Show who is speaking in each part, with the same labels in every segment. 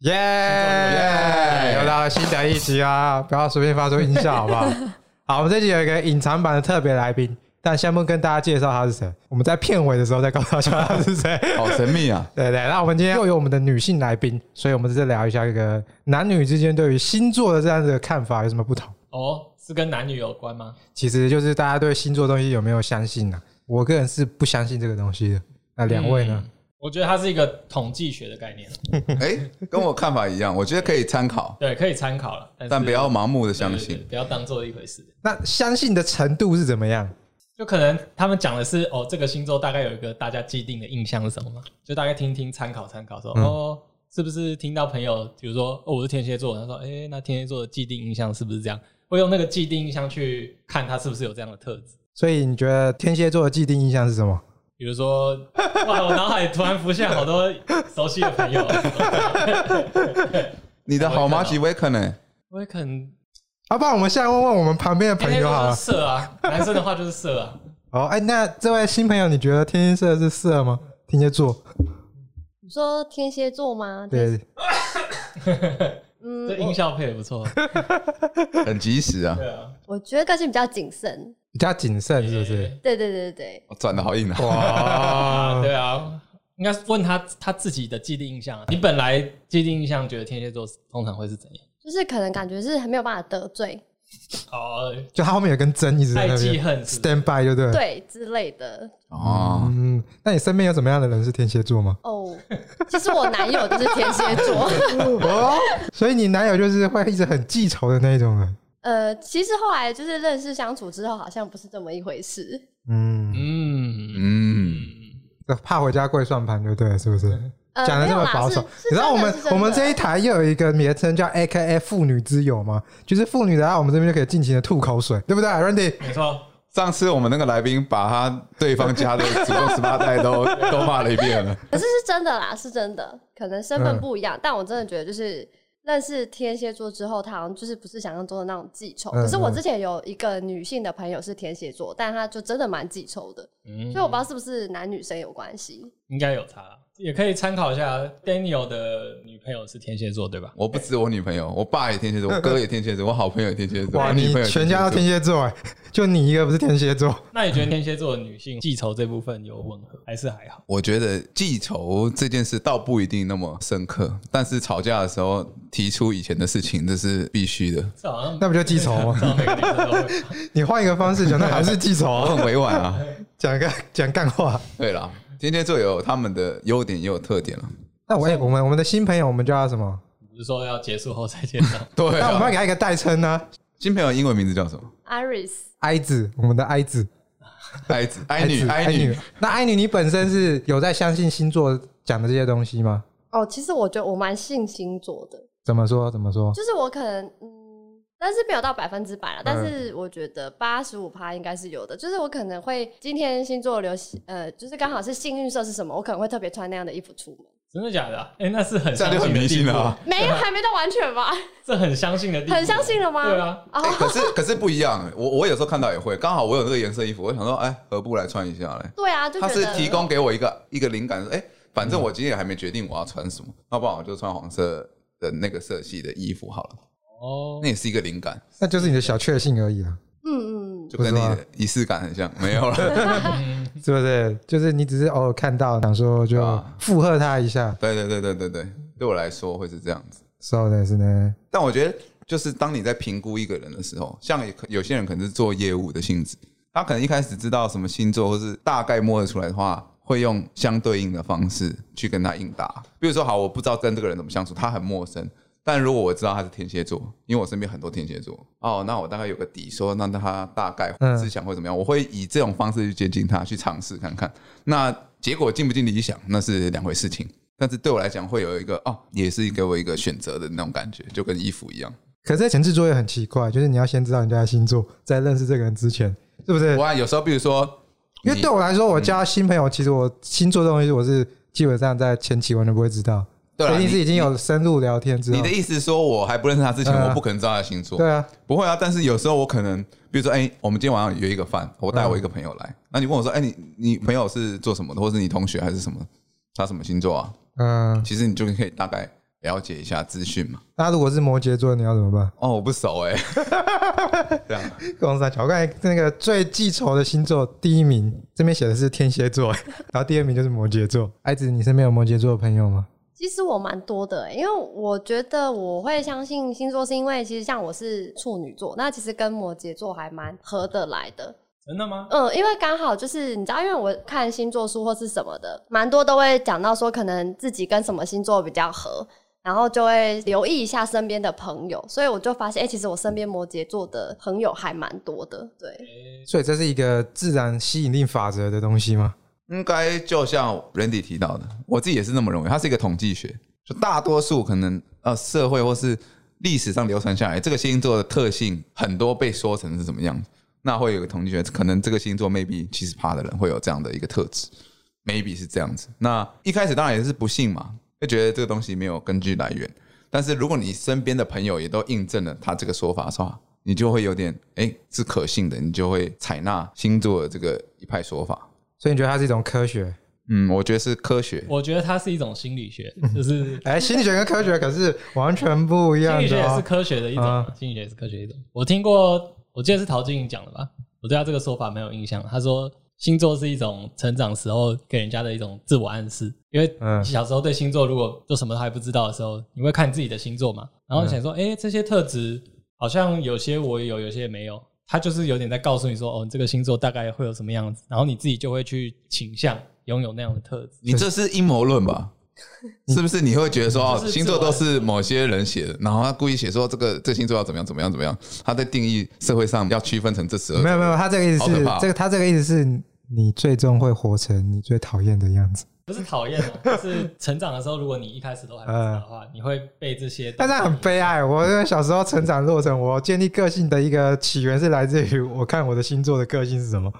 Speaker 1: 耶耶！又到了新的一集啦，不要随便发出音效，好不好？好，我们这集有一个隐藏版的特别来宾，但先不跟大家介绍他是谁，我们在片尾的时候再告诉大家他是谁。
Speaker 2: 好神秘啊！
Speaker 1: 对对，那我们今天又有我们的女性来宾，所以我们在这聊一下这个男女之间对于星座的这样子的看法有什么不同。
Speaker 3: 哦，是跟男女有关吗？
Speaker 1: 其实就是大家对星座东西有没有相信呢、我个人是不相信这个东西的。那两位呢？
Speaker 3: 嗯我觉得它是一个统计学的概念，
Speaker 2: 哎，跟我看法一样，我觉得可以参考，
Speaker 3: 对，可以参考了，但是
Speaker 2: 但不要盲目的
Speaker 3: 对
Speaker 2: 相
Speaker 3: 对对
Speaker 2: 信。
Speaker 3: 不要当做一回事。
Speaker 1: 那相信的程度是怎么样？
Speaker 3: 就可能他们讲的是哦，这个星座大概有一个大家既定的印象是什么嘛？就大概听听参考参考说、
Speaker 1: 嗯
Speaker 3: 哦，是不是听到朋友比如说哦我是天蝎座，他说哎、那天蝎座的既定印象是不是这样？会用那个既定印象去看他是不是有这样的特质。
Speaker 1: 所以你觉得天蝎座的既定印象是什么？
Speaker 3: 比如说，哇！我脑海突然浮现好多熟悉的朋友。
Speaker 2: 你的好马吉威克呢？
Speaker 3: 我也可能
Speaker 1: 啊，不然我们现在问问我们旁边的朋友好
Speaker 3: 就哦
Speaker 1: 了
Speaker 3: 是。色啊，男生的话就是色啊。
Speaker 1: 哦，哎，那这位新朋友，你觉得天蝎座是色吗？天蝎座，
Speaker 4: 你说天蝎座吗？
Speaker 1: 对，
Speaker 4: 嗯
Speaker 3: 这，音效配的不错。
Speaker 2: 很及时啊，
Speaker 3: 对啊，
Speaker 4: 我我觉得个性比较谨慎。
Speaker 1: 比较谨慎，是不是？
Speaker 4: 对对对对对，
Speaker 2: 我转的 好硬啊！
Speaker 1: 哇，
Speaker 3: 对啊，应该是问他他自己的既定印象啊。你本来既定印象觉得天蝎座通常会是怎样？
Speaker 4: 就是可能感觉是没有办法得罪，
Speaker 3: 哦，
Speaker 1: 就他后面有根针一直在
Speaker 3: 爱
Speaker 1: 那
Speaker 3: 记
Speaker 1: 边
Speaker 3: 恨是不是
Speaker 1: stand by，就对了。
Speaker 4: 对之类的。
Speaker 2: 哦，
Speaker 1: 嗯，那你身边有什么样的人是天蝎座吗？
Speaker 4: 哦，其实我男友就是天蝎座。
Speaker 1: 哦，所以你男友就是会一直很记仇的那一种人。
Speaker 4: 呃，其实后来就是认识相处之后，好像不是这么一回事。
Speaker 1: 嗯，
Speaker 3: 嗯
Speaker 2: 嗯，
Speaker 3: 嗯，
Speaker 1: 怕回家跪算盘就对了，是不是？
Speaker 4: 呃，
Speaker 1: 讲的
Speaker 4: 没
Speaker 1: 这
Speaker 4: 有
Speaker 1: 么
Speaker 4: 啦
Speaker 1: 保
Speaker 4: 是
Speaker 1: 守，
Speaker 4: 是
Speaker 1: 你知道
Speaker 4: 真
Speaker 1: 我
Speaker 4: 的
Speaker 1: 们
Speaker 4: 是真
Speaker 1: 我们
Speaker 4: 的
Speaker 1: 这一台又有一个名称叫 A K A 妇女之友嘛，就是妇女的话，我们这边就可以尽情的吐口水，对不对，Randy？
Speaker 3: 没错，
Speaker 2: 上次我们那个来宾把他对方家的祖宗十八代都都骂了一遍了。
Speaker 4: 可是是真的啦，是真的。可能身
Speaker 1: 嗯
Speaker 4: 份不一样，但我真的觉得就是认识天蝎座之后，他好像就是不是想象中的那种记仇。
Speaker 1: 嗯
Speaker 4: 可是我
Speaker 1: 嗯
Speaker 4: 之前有一个女性的朋友是天蝎座，但她就真的蛮记仇的，
Speaker 3: 嗯
Speaker 4: 所以我不知道是不是男女生有关系。
Speaker 3: 应该有差啦，也可以参考一下 Daniel 的女朋友是天蝎座对吧？
Speaker 2: 我不止我女朋友，我爸也天蝎座，我哥也天蝎座，我好朋友也天蝎座，
Speaker 1: 哇，
Speaker 2: 我女
Speaker 1: 你
Speaker 2: 朋友也
Speaker 1: 全家都天蝎座 哎，就你一个不是天蝎座，
Speaker 3: 那你觉得天蝎座的女性记仇这部分有吻合，还是还好？
Speaker 2: 我觉得记仇这件事倒不一定那么深刻，但是吵架的时候提出以前的事情，这是必须的。
Speaker 3: 这好像
Speaker 1: 那不就记仇吗
Speaker 3: 这好像每个女生都会。
Speaker 1: 你换一个方式讲，那还是记仇、
Speaker 2: 我
Speaker 1: 啊，
Speaker 2: 很委婉啊。
Speaker 1: 讲个讲干话。
Speaker 2: 对啦，天蝎座有他们的优点也有特点了。
Speaker 1: 那我也我们我们的新朋友，我们叫他什么？
Speaker 3: 不是说要结束后再介绍？
Speaker 2: 对
Speaker 1: 那我们要
Speaker 2: 啊，
Speaker 1: 给他一个代称呢、
Speaker 2: 新朋友英文名字叫什么？
Speaker 4: Iris，
Speaker 1: 哀子，我们的哀子，
Speaker 2: 哀子、哀女、
Speaker 1: 哀
Speaker 2: 哀女。。
Speaker 1: 那哀女，你本身是有在相信星座讲的这些东西吗？
Speaker 4: 哦，其实我觉得我蛮信星座的，
Speaker 1: 怎么说？怎么说？
Speaker 4: 就是我可能嗯，但是没有到百分之百了，但是我觉得八十五趴应该是有的。就是我可能会今天星座流行，呃，就是刚好是幸运色是什么，我可能会特别穿那样的衣服出门。
Speaker 3: 真的假的、啊？哎、那是很
Speaker 2: 这样就很迷信了啊
Speaker 3: 啊！
Speaker 4: 没有，还没到完全吧？
Speaker 3: 这很相信的地步，
Speaker 4: 很相信了吗？
Speaker 3: 对啊，
Speaker 2: 哎、可是 可是不一样，我我有时候看到也会，刚好我有这个颜色衣服，我想说，哎，何不来穿一下嘞？
Speaker 4: 对啊，就
Speaker 2: 它
Speaker 4: 觉
Speaker 2: 是
Speaker 4: 得
Speaker 2: 提供给我一个一个灵感，说哎，反正我今天也还没决定我要穿什么，要不然我就穿黄色的那个色系的衣服好了，
Speaker 3: 哦
Speaker 2: 那，也是一个灵感，
Speaker 1: 那就是你的小确幸而已啊啦，
Speaker 4: 嗯嗯，
Speaker 2: 就跟你
Speaker 1: 不是吗
Speaker 2: 的仪式感很像，没有了。
Speaker 1: 是不是？就是你只是偶尔看到，想说就
Speaker 2: 啊
Speaker 1: 附和他一下，
Speaker 2: 对对对对对对，对我来说会是这样子。
Speaker 1: そうですね。
Speaker 2: 但我觉得，就是当你在评估一个人的时候，像有有些人可能是做业务的性质，他可能一开始知道什么星座，或是大概摸得出来的话，会用相对应的方式去跟他应答。比如说，好，我不知道跟这个人怎么相处，他很陌生。但如果我知道他是天蝎座，因为我身边很多天蝎座，哦，那我大概有个底说，那他大概
Speaker 1: 嗯
Speaker 2: 思想会怎么样？我会以这种方式去接近他，去尝试看看。那结果进不进理想，那是两回事情。但是对我来讲，会有一个哦，也是给我一个选择的那种感觉，就跟衣服一样。
Speaker 1: 可是这前置作业很奇怪，就是你要先知道人家的星座，在认识这个人之前，是不是？
Speaker 2: 我有时候，比如说，
Speaker 1: 因为
Speaker 2: 你
Speaker 1: 对我来说，我交新朋友，其实我星座这东西我是基本上在前期完全不会知道，
Speaker 2: 对
Speaker 1: 所
Speaker 2: 啦
Speaker 1: 以一定是
Speaker 2: 你
Speaker 1: 已经有深入聊天之
Speaker 2: 你
Speaker 1: 后
Speaker 2: 的，意思是说，我还不认识他之前，
Speaker 1: 嗯
Speaker 2: 我不可能知道他的星座，
Speaker 1: 对啊，
Speaker 2: 不会啊。但是有时候我可能，比如说，哎、我们今天晚上约一个饭，我
Speaker 1: 嗯
Speaker 2: 带我一个朋友来，那你问我说，哎、你你朋友是做什么的，或是你同学还是什么，他什么星座啊？
Speaker 1: 嗯，
Speaker 2: 其实你就可以大概了解一下资讯嘛。
Speaker 1: 那如果是摩羯座，你要怎么办？
Speaker 2: 哦，我不熟 哎、这样
Speaker 1: 公司桥，我刚才那个最记仇的星座第一名，这边写的是天蝎 座，然后第二名就是摩羯座。艾子，你身边有摩羯座的朋友吗？
Speaker 4: 其实我蛮多的、欸，因为我觉得我会相信星座，是因为其实像我是处女座，那其实跟摩羯座还蛮合得来的。
Speaker 3: 真的吗？
Speaker 4: 嗯，因为刚好就是你知道，因为我看星座书或是什么的，蛮多都会讲到说，可能自己跟什么星座比较合，然后就会留意一下身边的朋友，所以我就发现，哎、其实我身边摩羯座的朋友还蛮多的。对，
Speaker 1: 所以这是一个自然吸引力法则的东西吗？
Speaker 2: 应该就像 Randy 提到的，我自己也是那么认为。它是一个统计学，就大多数可能呃社会或是历史上流传下来，这个星座的特性很多被说成是什么样子，那会有一个统计学，可能这个星座 maybe 七十趴的人会有这样的一个特质，maybe 是这样子。那一开始当然也是不信嘛，就觉得这个东西没有根据来源。但是如果你身边的朋友也都印证了他这个说法的话，你就会有点哎、诶是可信的，你就会采纳星座的这个一派说法。
Speaker 1: 所以你觉得它是一种科学？
Speaker 2: 嗯，我觉得是科学。
Speaker 3: 我觉得它是一种心理学，就是
Speaker 1: 哎、心理学跟科学可是完全不一
Speaker 3: 心
Speaker 1: 样
Speaker 3: 理学
Speaker 1: 的、
Speaker 3: 也是
Speaker 1: 哦。
Speaker 3: 科学的一种嘛，心理学也是科学的一种。我听过，我记得是陶晶莹讲的吧？我对他这个说法没有印象。啊他说星座是一种成长时候给人家的一种自我暗示，因为
Speaker 1: 嗯
Speaker 3: 小时候对星座如果就什么都还不知道的时候，你会看自己的星座嘛，然后想说，哎、这些特质好像有些我有，有些没有。他就是有点在告诉你说，哦，你这个星座大概会有什么样子，然后你自己就会去倾向拥有那样的特质。
Speaker 2: 你这是阴谋论吧？是不是你会觉得说
Speaker 3: 这
Speaker 2: 哦，
Speaker 3: 是
Speaker 2: 星座都是某些人写的，然后他故意写说这个这星座要怎么样怎么样怎么样？他在定义社会上要区分成这十二
Speaker 1: 没
Speaker 2: 种。
Speaker 1: 有没有，他这个意思
Speaker 2: 好
Speaker 1: 是
Speaker 2: 可怕哦
Speaker 1: 这个，他这个意思是你最终会活成你最讨厌的样子。
Speaker 3: 不是讨厌啊， 就是成长的时候，如果你一开始都还不知道的话，你会被这些东西。
Speaker 1: 嗯但是很悲哀，我因为小时候成长过程，我建立个性的一个起源是来自于我看我的星座的个性是什么。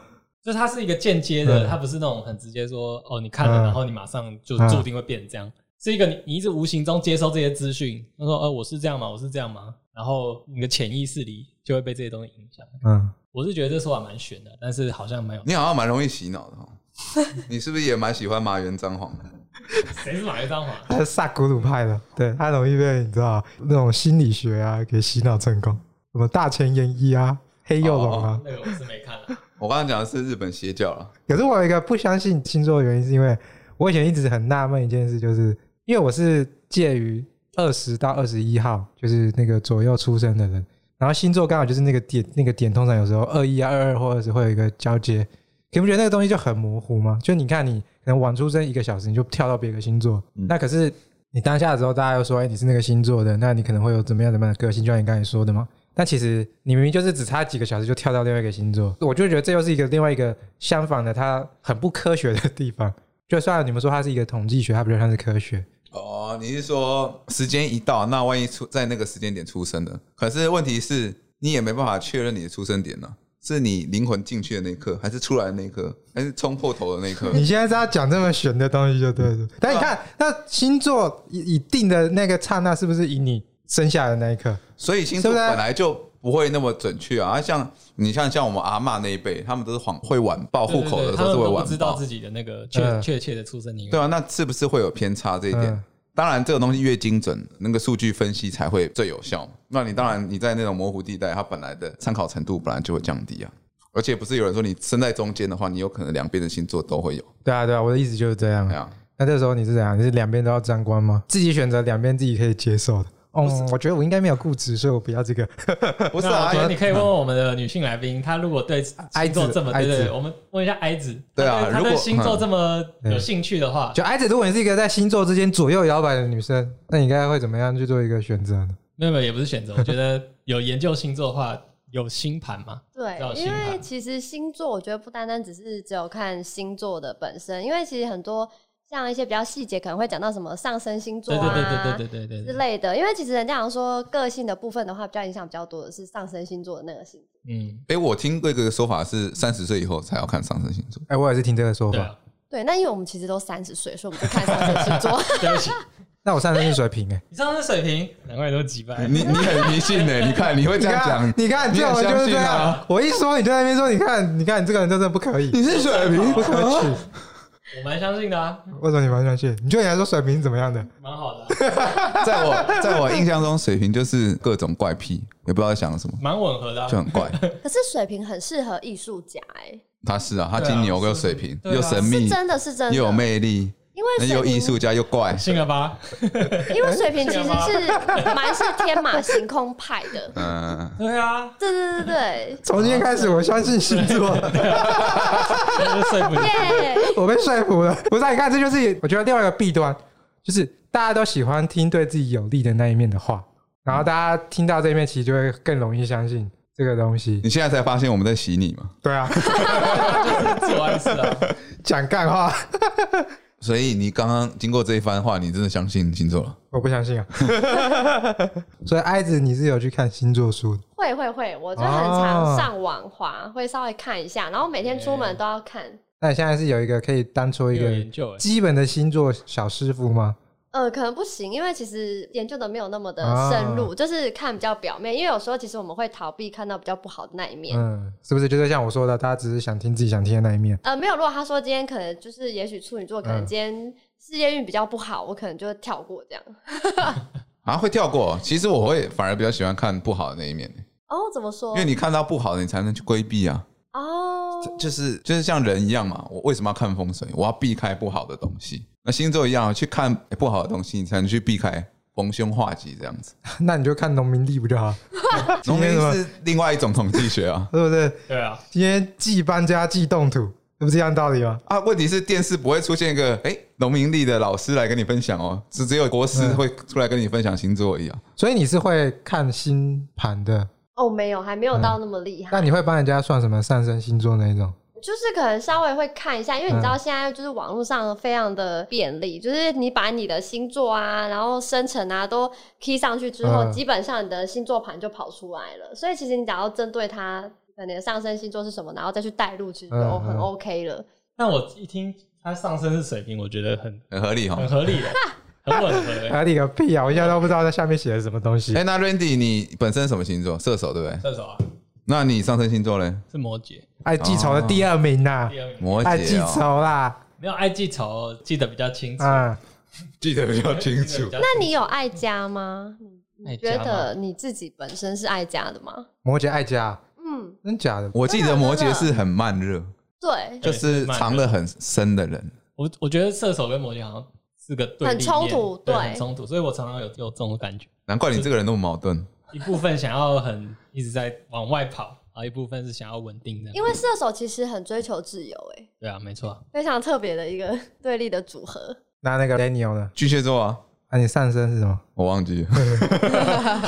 Speaker 3: 就是它是一个间接的，
Speaker 1: 嗯
Speaker 3: 它不是那种很直接说哦，你看了，
Speaker 1: 嗯
Speaker 3: 然后你马上就注定会变这样。是一个你你一直无形中接收这些资讯，他说呃我是这样吗？我是这样吗？然后你的潜意识里就会被这些东西影响。
Speaker 1: 嗯，
Speaker 3: 我是觉得这说法蛮悬的，但是好像没有。
Speaker 2: 你好像蛮容易洗脑的哦，你是不是也蛮喜欢麻原彰晃的？
Speaker 3: 谁是马云张华？
Speaker 1: 他是萨古鲁派的，对他容易被你知道那种心理学啊给洗脑成功，什么大前研一啊、黑幼龙啊。
Speaker 3: 那个我是没看 啊。
Speaker 2: 我刚刚讲的是日本邪教啊了，
Speaker 1: 可是我有一个不相信星座的原因，是因为我以前一直很纳闷一件事，就是因为我是介于二十到二十一号，就是那个左右出生的人，然后星座刚好就是那个点，那个点通常有时候二一啊、二二或二十会有一个交接，你不觉得那个东西就很模糊吗？就你看你可能晚出生一个小时，你就跳到别个星座，
Speaker 2: 嗯
Speaker 1: 那可是你当下的时候，大家又说，哎、你是那个星座的，那你可能会有怎么样怎么样的个性，就像你刚才说的嘛。但其实你明明就是只差几个小时就跳到另外一个星座，我就觉得这又是一个另外一个相反的，它很不科学的地方。就算你们说它是一个统计学，它比较像是科学。
Speaker 2: 哦，你是说时间一到，那万一出在那个时间点出生的？可是问题是，你也没办法确认你的出生点呢、是你灵魂进去的那一刻，还是出来的那一刻，还是冲破头的那一刻？
Speaker 1: 你现在是要讲这么玄的东西就对了。但你看，那星座一一定的那个刹那，是不是以你生下的那一刻？
Speaker 2: 所以星座
Speaker 1: 是不是
Speaker 2: 本来就不会那么准确啊。啊像你像像我们阿嬷那一辈，他们都是谎会晚报户口的时
Speaker 3: 他
Speaker 2: 候
Speaker 3: 们
Speaker 2: 是会
Speaker 3: 都不
Speaker 2: 晚
Speaker 3: 知道
Speaker 2: 报
Speaker 3: 自，己的那个确、
Speaker 1: 嗯
Speaker 3: 确切的出生年月。
Speaker 2: 对啊，那是不是会有偏差这一点？
Speaker 1: 嗯
Speaker 2: 当然，这个东西越精准，那个数据分析才会最有效嘛。那你当然你在那种模糊地带，它本来的参考程度本来就会降低啊。而且不是有人说你身在中间的话，你有可能两边的星座都会有，
Speaker 1: 对啊，对啊，我的意思就是这样
Speaker 3: 嗯
Speaker 2: 对。啊。
Speaker 1: 那这时候你是怎样？你是两边都要沾光吗？自己选择两边自己可以接受的。嗯，我觉得我应该没有固执，所以我不要这个。
Speaker 2: 不是
Speaker 3: 那
Speaker 2: 啊
Speaker 3: 我觉，得你可以问问我们的女性来宾，她如果对
Speaker 1: 哀
Speaker 3: 星
Speaker 1: 子
Speaker 3: 座这么
Speaker 1: 哀
Speaker 3: 对对，
Speaker 1: 子
Speaker 3: 对我们问一下哀子，
Speaker 2: 对啊
Speaker 3: 她她
Speaker 2: 如
Speaker 3: 对
Speaker 2: 果嗯
Speaker 3: 星座这么有兴趣的话，
Speaker 1: 就艾子，如果你是一个在星座之间左右摇摆的女生，那你应该会怎么样去做一个选择呢？
Speaker 3: 没有没有也不是选择，我觉得有研究星座的话，有星盘嘛，
Speaker 4: 对
Speaker 3: 要，有
Speaker 4: 因
Speaker 3: 星
Speaker 4: 为
Speaker 3: 盘
Speaker 4: 其实星座，我觉得不单单只是只有看星座的本身，因为其实很多像一些比较细节，可能会讲到什么上升星座
Speaker 3: 对
Speaker 4: 啊，
Speaker 3: 对对对对对对
Speaker 4: 之
Speaker 3: 对，
Speaker 4: 类的。因为其实人家讲说个性的部分的话，比较影响比较多的是上升星座的那个星座。
Speaker 3: 嗯，
Speaker 2: 哎、我听过一个说法是，三十岁以后才要看上升星 座。
Speaker 1: 哎、我也是听这个说
Speaker 3: 对
Speaker 1: 法。
Speaker 3: 啊，
Speaker 4: 对，那因为我们其实都三十岁，所以我们就看上升星座。
Speaker 3: 对不起，
Speaker 1: 那我上升是水瓶哎、
Speaker 3: 你上升水平，难怪你都几百，
Speaker 2: 你你很迷信呢、你看你会
Speaker 1: 你
Speaker 2: 这样
Speaker 1: 看
Speaker 2: 讲，，
Speaker 1: 你看，
Speaker 2: 你
Speaker 1: 这
Speaker 2: 很
Speaker 1: 我就是这
Speaker 2: 相信
Speaker 1: 样。
Speaker 2: 啊
Speaker 1: 我一说，你就在那边说，你看，你看，你这个人真的不可以，
Speaker 2: 是水瓶
Speaker 1: 不可取。
Speaker 3: 我蛮相信的啊，
Speaker 1: 为什么你蛮相信？你就你来说水瓶怎么样的？
Speaker 3: 蛮好的啊、
Speaker 2: 在我在我印象中，水瓶就是各种怪癖，也不知道在想什么，
Speaker 3: 蛮吻合的、啊
Speaker 2: 就。很怪。
Speaker 4: 可是水瓶很适合艺术家、欸，
Speaker 2: 他是啊，他
Speaker 3: 对啊
Speaker 2: 金牛
Speaker 3: 是
Speaker 2: 又水瓶，
Speaker 3: 对啊
Speaker 2: 又神
Speaker 4: 哎，是
Speaker 2: 秘，
Speaker 4: 真的是真的，
Speaker 2: 又有魅力，
Speaker 4: 因为水
Speaker 2: 又
Speaker 4: 瓶
Speaker 2: 艺术家又怪。
Speaker 3: 信了吧？
Speaker 4: 因为水瓶 其实是蛮是天马行空派的。
Speaker 2: 嗯，
Speaker 3: 对啊，
Speaker 4: 对对对对
Speaker 1: 从今天开始，我相信星座，
Speaker 3: 就是说服你
Speaker 4: 对，耶！
Speaker 1: 我被说服了。不是、啊，你看，这就是我觉得另外一个弊端，就是大家都喜欢听对自己有利的那一面的话，然后大家听到这一面，其实就会更容易相信这个东西。
Speaker 2: 你现在才发现我们在洗你嘛？
Speaker 1: 对啊，
Speaker 3: 做暗示啊，
Speaker 1: 讲干话，
Speaker 2: 所以你刚刚经过这一番话，你真的相信星座了？
Speaker 1: 我不相 信啊。所以，艾子，你是有去看星座书的？
Speaker 4: 会会会，我就很常
Speaker 1: 哦
Speaker 4: 上网滑，会稍微看一下，然后每天出门都要看。
Speaker 1: 那你现在是有一个可以当做一
Speaker 3: 有
Speaker 1: 个
Speaker 3: 研究哎、
Speaker 1: 基本的星座小师傅吗？
Speaker 4: 呃，可能不行，因为其实研究的没有那么的深入，就是看比较表面。因为有时候其实我们会逃避看到比较不好的那一面。
Speaker 1: 嗯，是不是就是像我说的，大家只是想听自己想听的那一面？
Speaker 4: 呃，没有。如果他说今天可能就是，也许处女座可能
Speaker 1: 嗯
Speaker 4: 今天事业运比较不好，我可能就会跳过这样。
Speaker 2: 啊，会跳过。其实我会反而比较喜欢看不好的那一面，
Speaker 4: 哦，怎么说
Speaker 2: 因为？你看到不好的，你才能去规避啊。
Speaker 4: 哦，
Speaker 2: 就是就是像人一样嘛，我为什么要看风水？我要避开不好的东西。那星座一样，啊去看欸不好的东西，你才能去避开，逢凶化吉这样子。
Speaker 1: 那你就看农民地不就好？
Speaker 2: 农民
Speaker 1: 今天。
Speaker 2: 是另外一种统计学啊
Speaker 1: 是不是？
Speaker 3: 对啊，
Speaker 1: 今天既搬家既动土，这不是一样道理吗？
Speaker 2: 啊，问题是电视不会出现一个哎农民历的老师来跟你分享哦，只只有国师
Speaker 1: 嗯
Speaker 2: 会出来跟你分享星座啊一样。
Speaker 1: 所以你是会看星盘的，
Speaker 4: 哦，没有，还没有到那么厉害。
Speaker 1: 那你会帮人家算什么上升星座那一种？
Speaker 4: 就是可能稍微会看一下，因为你
Speaker 1: 嗯
Speaker 4: 知道现在就是网络上非常的便利，就是你把你的星座啊，然后生辰啊都 key 上去之后，
Speaker 1: 嗯
Speaker 4: 基本上你的星座盘就跑出来了。所以其实你只要针对它，可能你的上升星座是什么，然后再去带入，其实就
Speaker 1: 嗯嗯
Speaker 4: 很 OK 了。
Speaker 3: 但我一听他上身是水平，我觉得很
Speaker 2: 很合理哈、
Speaker 3: 很
Speaker 2: 哦。
Speaker 3: 合理的，很吻合、欸。
Speaker 1: 合理个屁啊！我现在都不知道在下面写的什么东西
Speaker 2: 哎、。那 Randy，你本身什么星座？射手对不对？
Speaker 3: 射手啊，
Speaker 2: 那你上升星座嘞？
Speaker 3: 是摩羯，
Speaker 1: 爱记仇的第二名呐、
Speaker 3: 第二名。
Speaker 2: 摩羯、哦。
Speaker 1: 爱哎记仇啦，
Speaker 3: 没有爱记仇，记得比较清楚，
Speaker 1: 啊，
Speaker 2: 记得比较清
Speaker 3: 记得
Speaker 2: 楚
Speaker 3: 比。较
Speaker 4: 那你有爱家吗？
Speaker 3: 爱
Speaker 4: 你
Speaker 3: 家
Speaker 4: 觉
Speaker 3: 吗
Speaker 4: 得你自己本身是爱家的吗？
Speaker 1: 摩羯爱家，
Speaker 4: 嗯，
Speaker 1: 真假的？
Speaker 2: 我记得摩羯是很慢热，
Speaker 4: 对，
Speaker 3: 对
Speaker 2: 就是藏得很深的人。
Speaker 3: 我我觉得射手跟摩羯好像是个对立面
Speaker 4: 很冲突
Speaker 3: 对，
Speaker 4: 对
Speaker 3: 很冲突，所以我常常有有这种感觉，
Speaker 2: 难怪你这个人那么矛盾。
Speaker 3: 一部分想要很一直在往外跑，然后一部分是想要稳定的，
Speaker 4: 因为射手其实很追求自由、欸，
Speaker 3: 对啊，没错啊，
Speaker 4: 非常特别的一个 对立的组合。
Speaker 1: 那那个 Daniel 呢？
Speaker 2: 巨蟹座啊，
Speaker 1: 啊，你上升是什么？
Speaker 2: 我忘记了。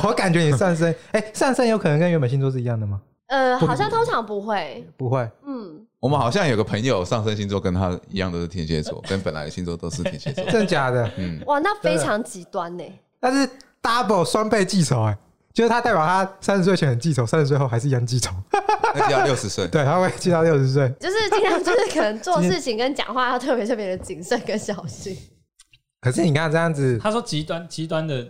Speaker 1: 我感觉你上升，哎、上升有可能跟原本星座是一样的吗？
Speaker 4: 呃，
Speaker 1: 不
Speaker 4: 好像通常不会，
Speaker 1: 不会，
Speaker 4: 嗯，
Speaker 2: 我们好像有个朋友上升星座跟他一样都是天蝎座，跟本来的星座都是天蝎座。
Speaker 1: 真假的？
Speaker 2: 嗯，
Speaker 4: 哇，那非常极端呢、
Speaker 1: 但是 double 双倍记仇、哎，就是他代表他三十岁前很记仇，三十岁后还是一样记仇，
Speaker 2: 那就要六 十岁。
Speaker 1: 对，他会记到六十岁。
Speaker 4: 就是尽量就是可能做事情跟讲话要特别特别的谨慎跟小心。
Speaker 1: 可是你看这样子，
Speaker 3: 他说极端极端的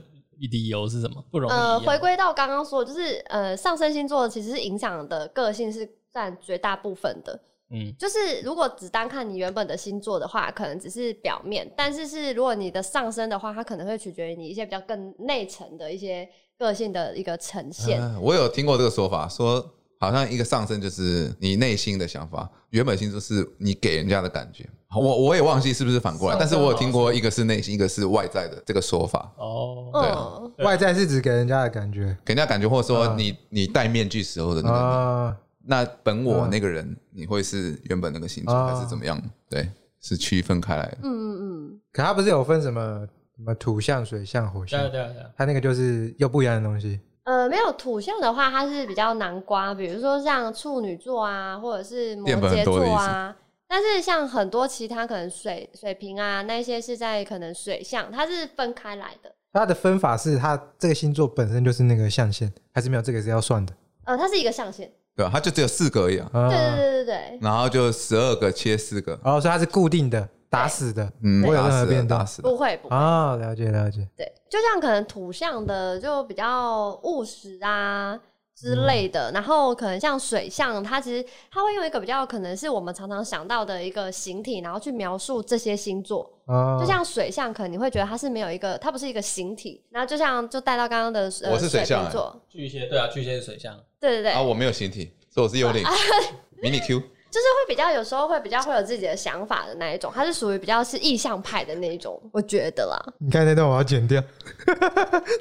Speaker 3: 理由是什么？不容易一
Speaker 2: 啊
Speaker 3: 啊
Speaker 4: 呃，
Speaker 3: 样
Speaker 4: 回归到刚刚说的，就是呃，上升星座其实是影响的个性是占绝大部分的。
Speaker 3: 嗯，
Speaker 4: 就是如果只单看你原本的星座的话，可能只是表面；但是是如果你的上升的话，它可能会取决于你一些比较更内层的一些个性的一个呈现。
Speaker 2: 啊我有听过这个说法，说好像一个上升就是你内心的想法，原本星座是你给人家的感觉。好我我也忘记是不是反过来，
Speaker 3: 上
Speaker 2: 但
Speaker 3: 升
Speaker 2: 是我有听过一个是内心，一个是外在的这个说法。
Speaker 3: 哦，
Speaker 2: 对啊
Speaker 4: 嗯，
Speaker 3: 对
Speaker 1: 外在是指给人家的感觉
Speaker 2: 给人家感觉，或者说
Speaker 1: 嗯
Speaker 2: 你、你戴面具时候的那个你，
Speaker 1: 啊。
Speaker 2: 那本我
Speaker 1: 嗯
Speaker 2: 那个人，你会是原本那个星座、
Speaker 1: 啊
Speaker 2: 还是怎么样？对，是区分开来的。
Speaker 4: 嗯嗯
Speaker 1: 可他不是有分什么什么土象、水象、火
Speaker 3: 对啊
Speaker 1: 象？
Speaker 3: 对啊对啊，
Speaker 1: 他那个就是又不一样的东西。
Speaker 4: 嗯，呃，没有土象的话，它是比较南瓜，比如说像处女座啊，或者是摩
Speaker 2: 淀粉
Speaker 4: 羯
Speaker 2: 很多的
Speaker 4: 座
Speaker 2: 意思
Speaker 4: 啊。但是像很多其他可能水水瓶啊，那些是在可能水象，它是分开来的。
Speaker 1: 它的分法是它这个星座本身就是那个象限，还是没有这个是要算的？
Speaker 4: 呃，它是一个象限。
Speaker 2: 对啊，它就只有四个而已啊，嗯
Speaker 1: 啊
Speaker 4: 对对对对对，
Speaker 2: 然后就十二个切四个，
Speaker 1: 哦，所以它是固定的，打死的，
Speaker 2: 嗯，
Speaker 1: 不啊会有
Speaker 2: 打
Speaker 1: 任何
Speaker 2: 死了
Speaker 1: 变
Speaker 2: 打
Speaker 1: 动。
Speaker 2: 死了。
Speaker 4: 不会不会。
Speaker 1: 啊，了解了解。
Speaker 4: 对，就像可能土象的就比较务实啊，
Speaker 2: 嗯
Speaker 4: 之类的。然后可能像水象，它其实它会用一个比较可能是我们常常想到的一个形体，然后去描述这些星座。
Speaker 2: 嗯
Speaker 1: 啊
Speaker 4: 就像水象，可能你会觉得它是没有一个，它不是一个形体。然后就像就带到刚刚的呃
Speaker 2: 我是水象
Speaker 4: 瓶
Speaker 2: 欸
Speaker 4: 座，
Speaker 3: 巨蟹对啊，巨蟹是水象，
Speaker 4: 对对对，
Speaker 2: 啊，我没有形体，所以我是幽灵， 迷你 Q。
Speaker 4: 就是会比较有时候会比较会有自己的想法的那一种，他是属于比较是意向派的那一种，我觉得啦。
Speaker 1: 你看那段我要剪掉，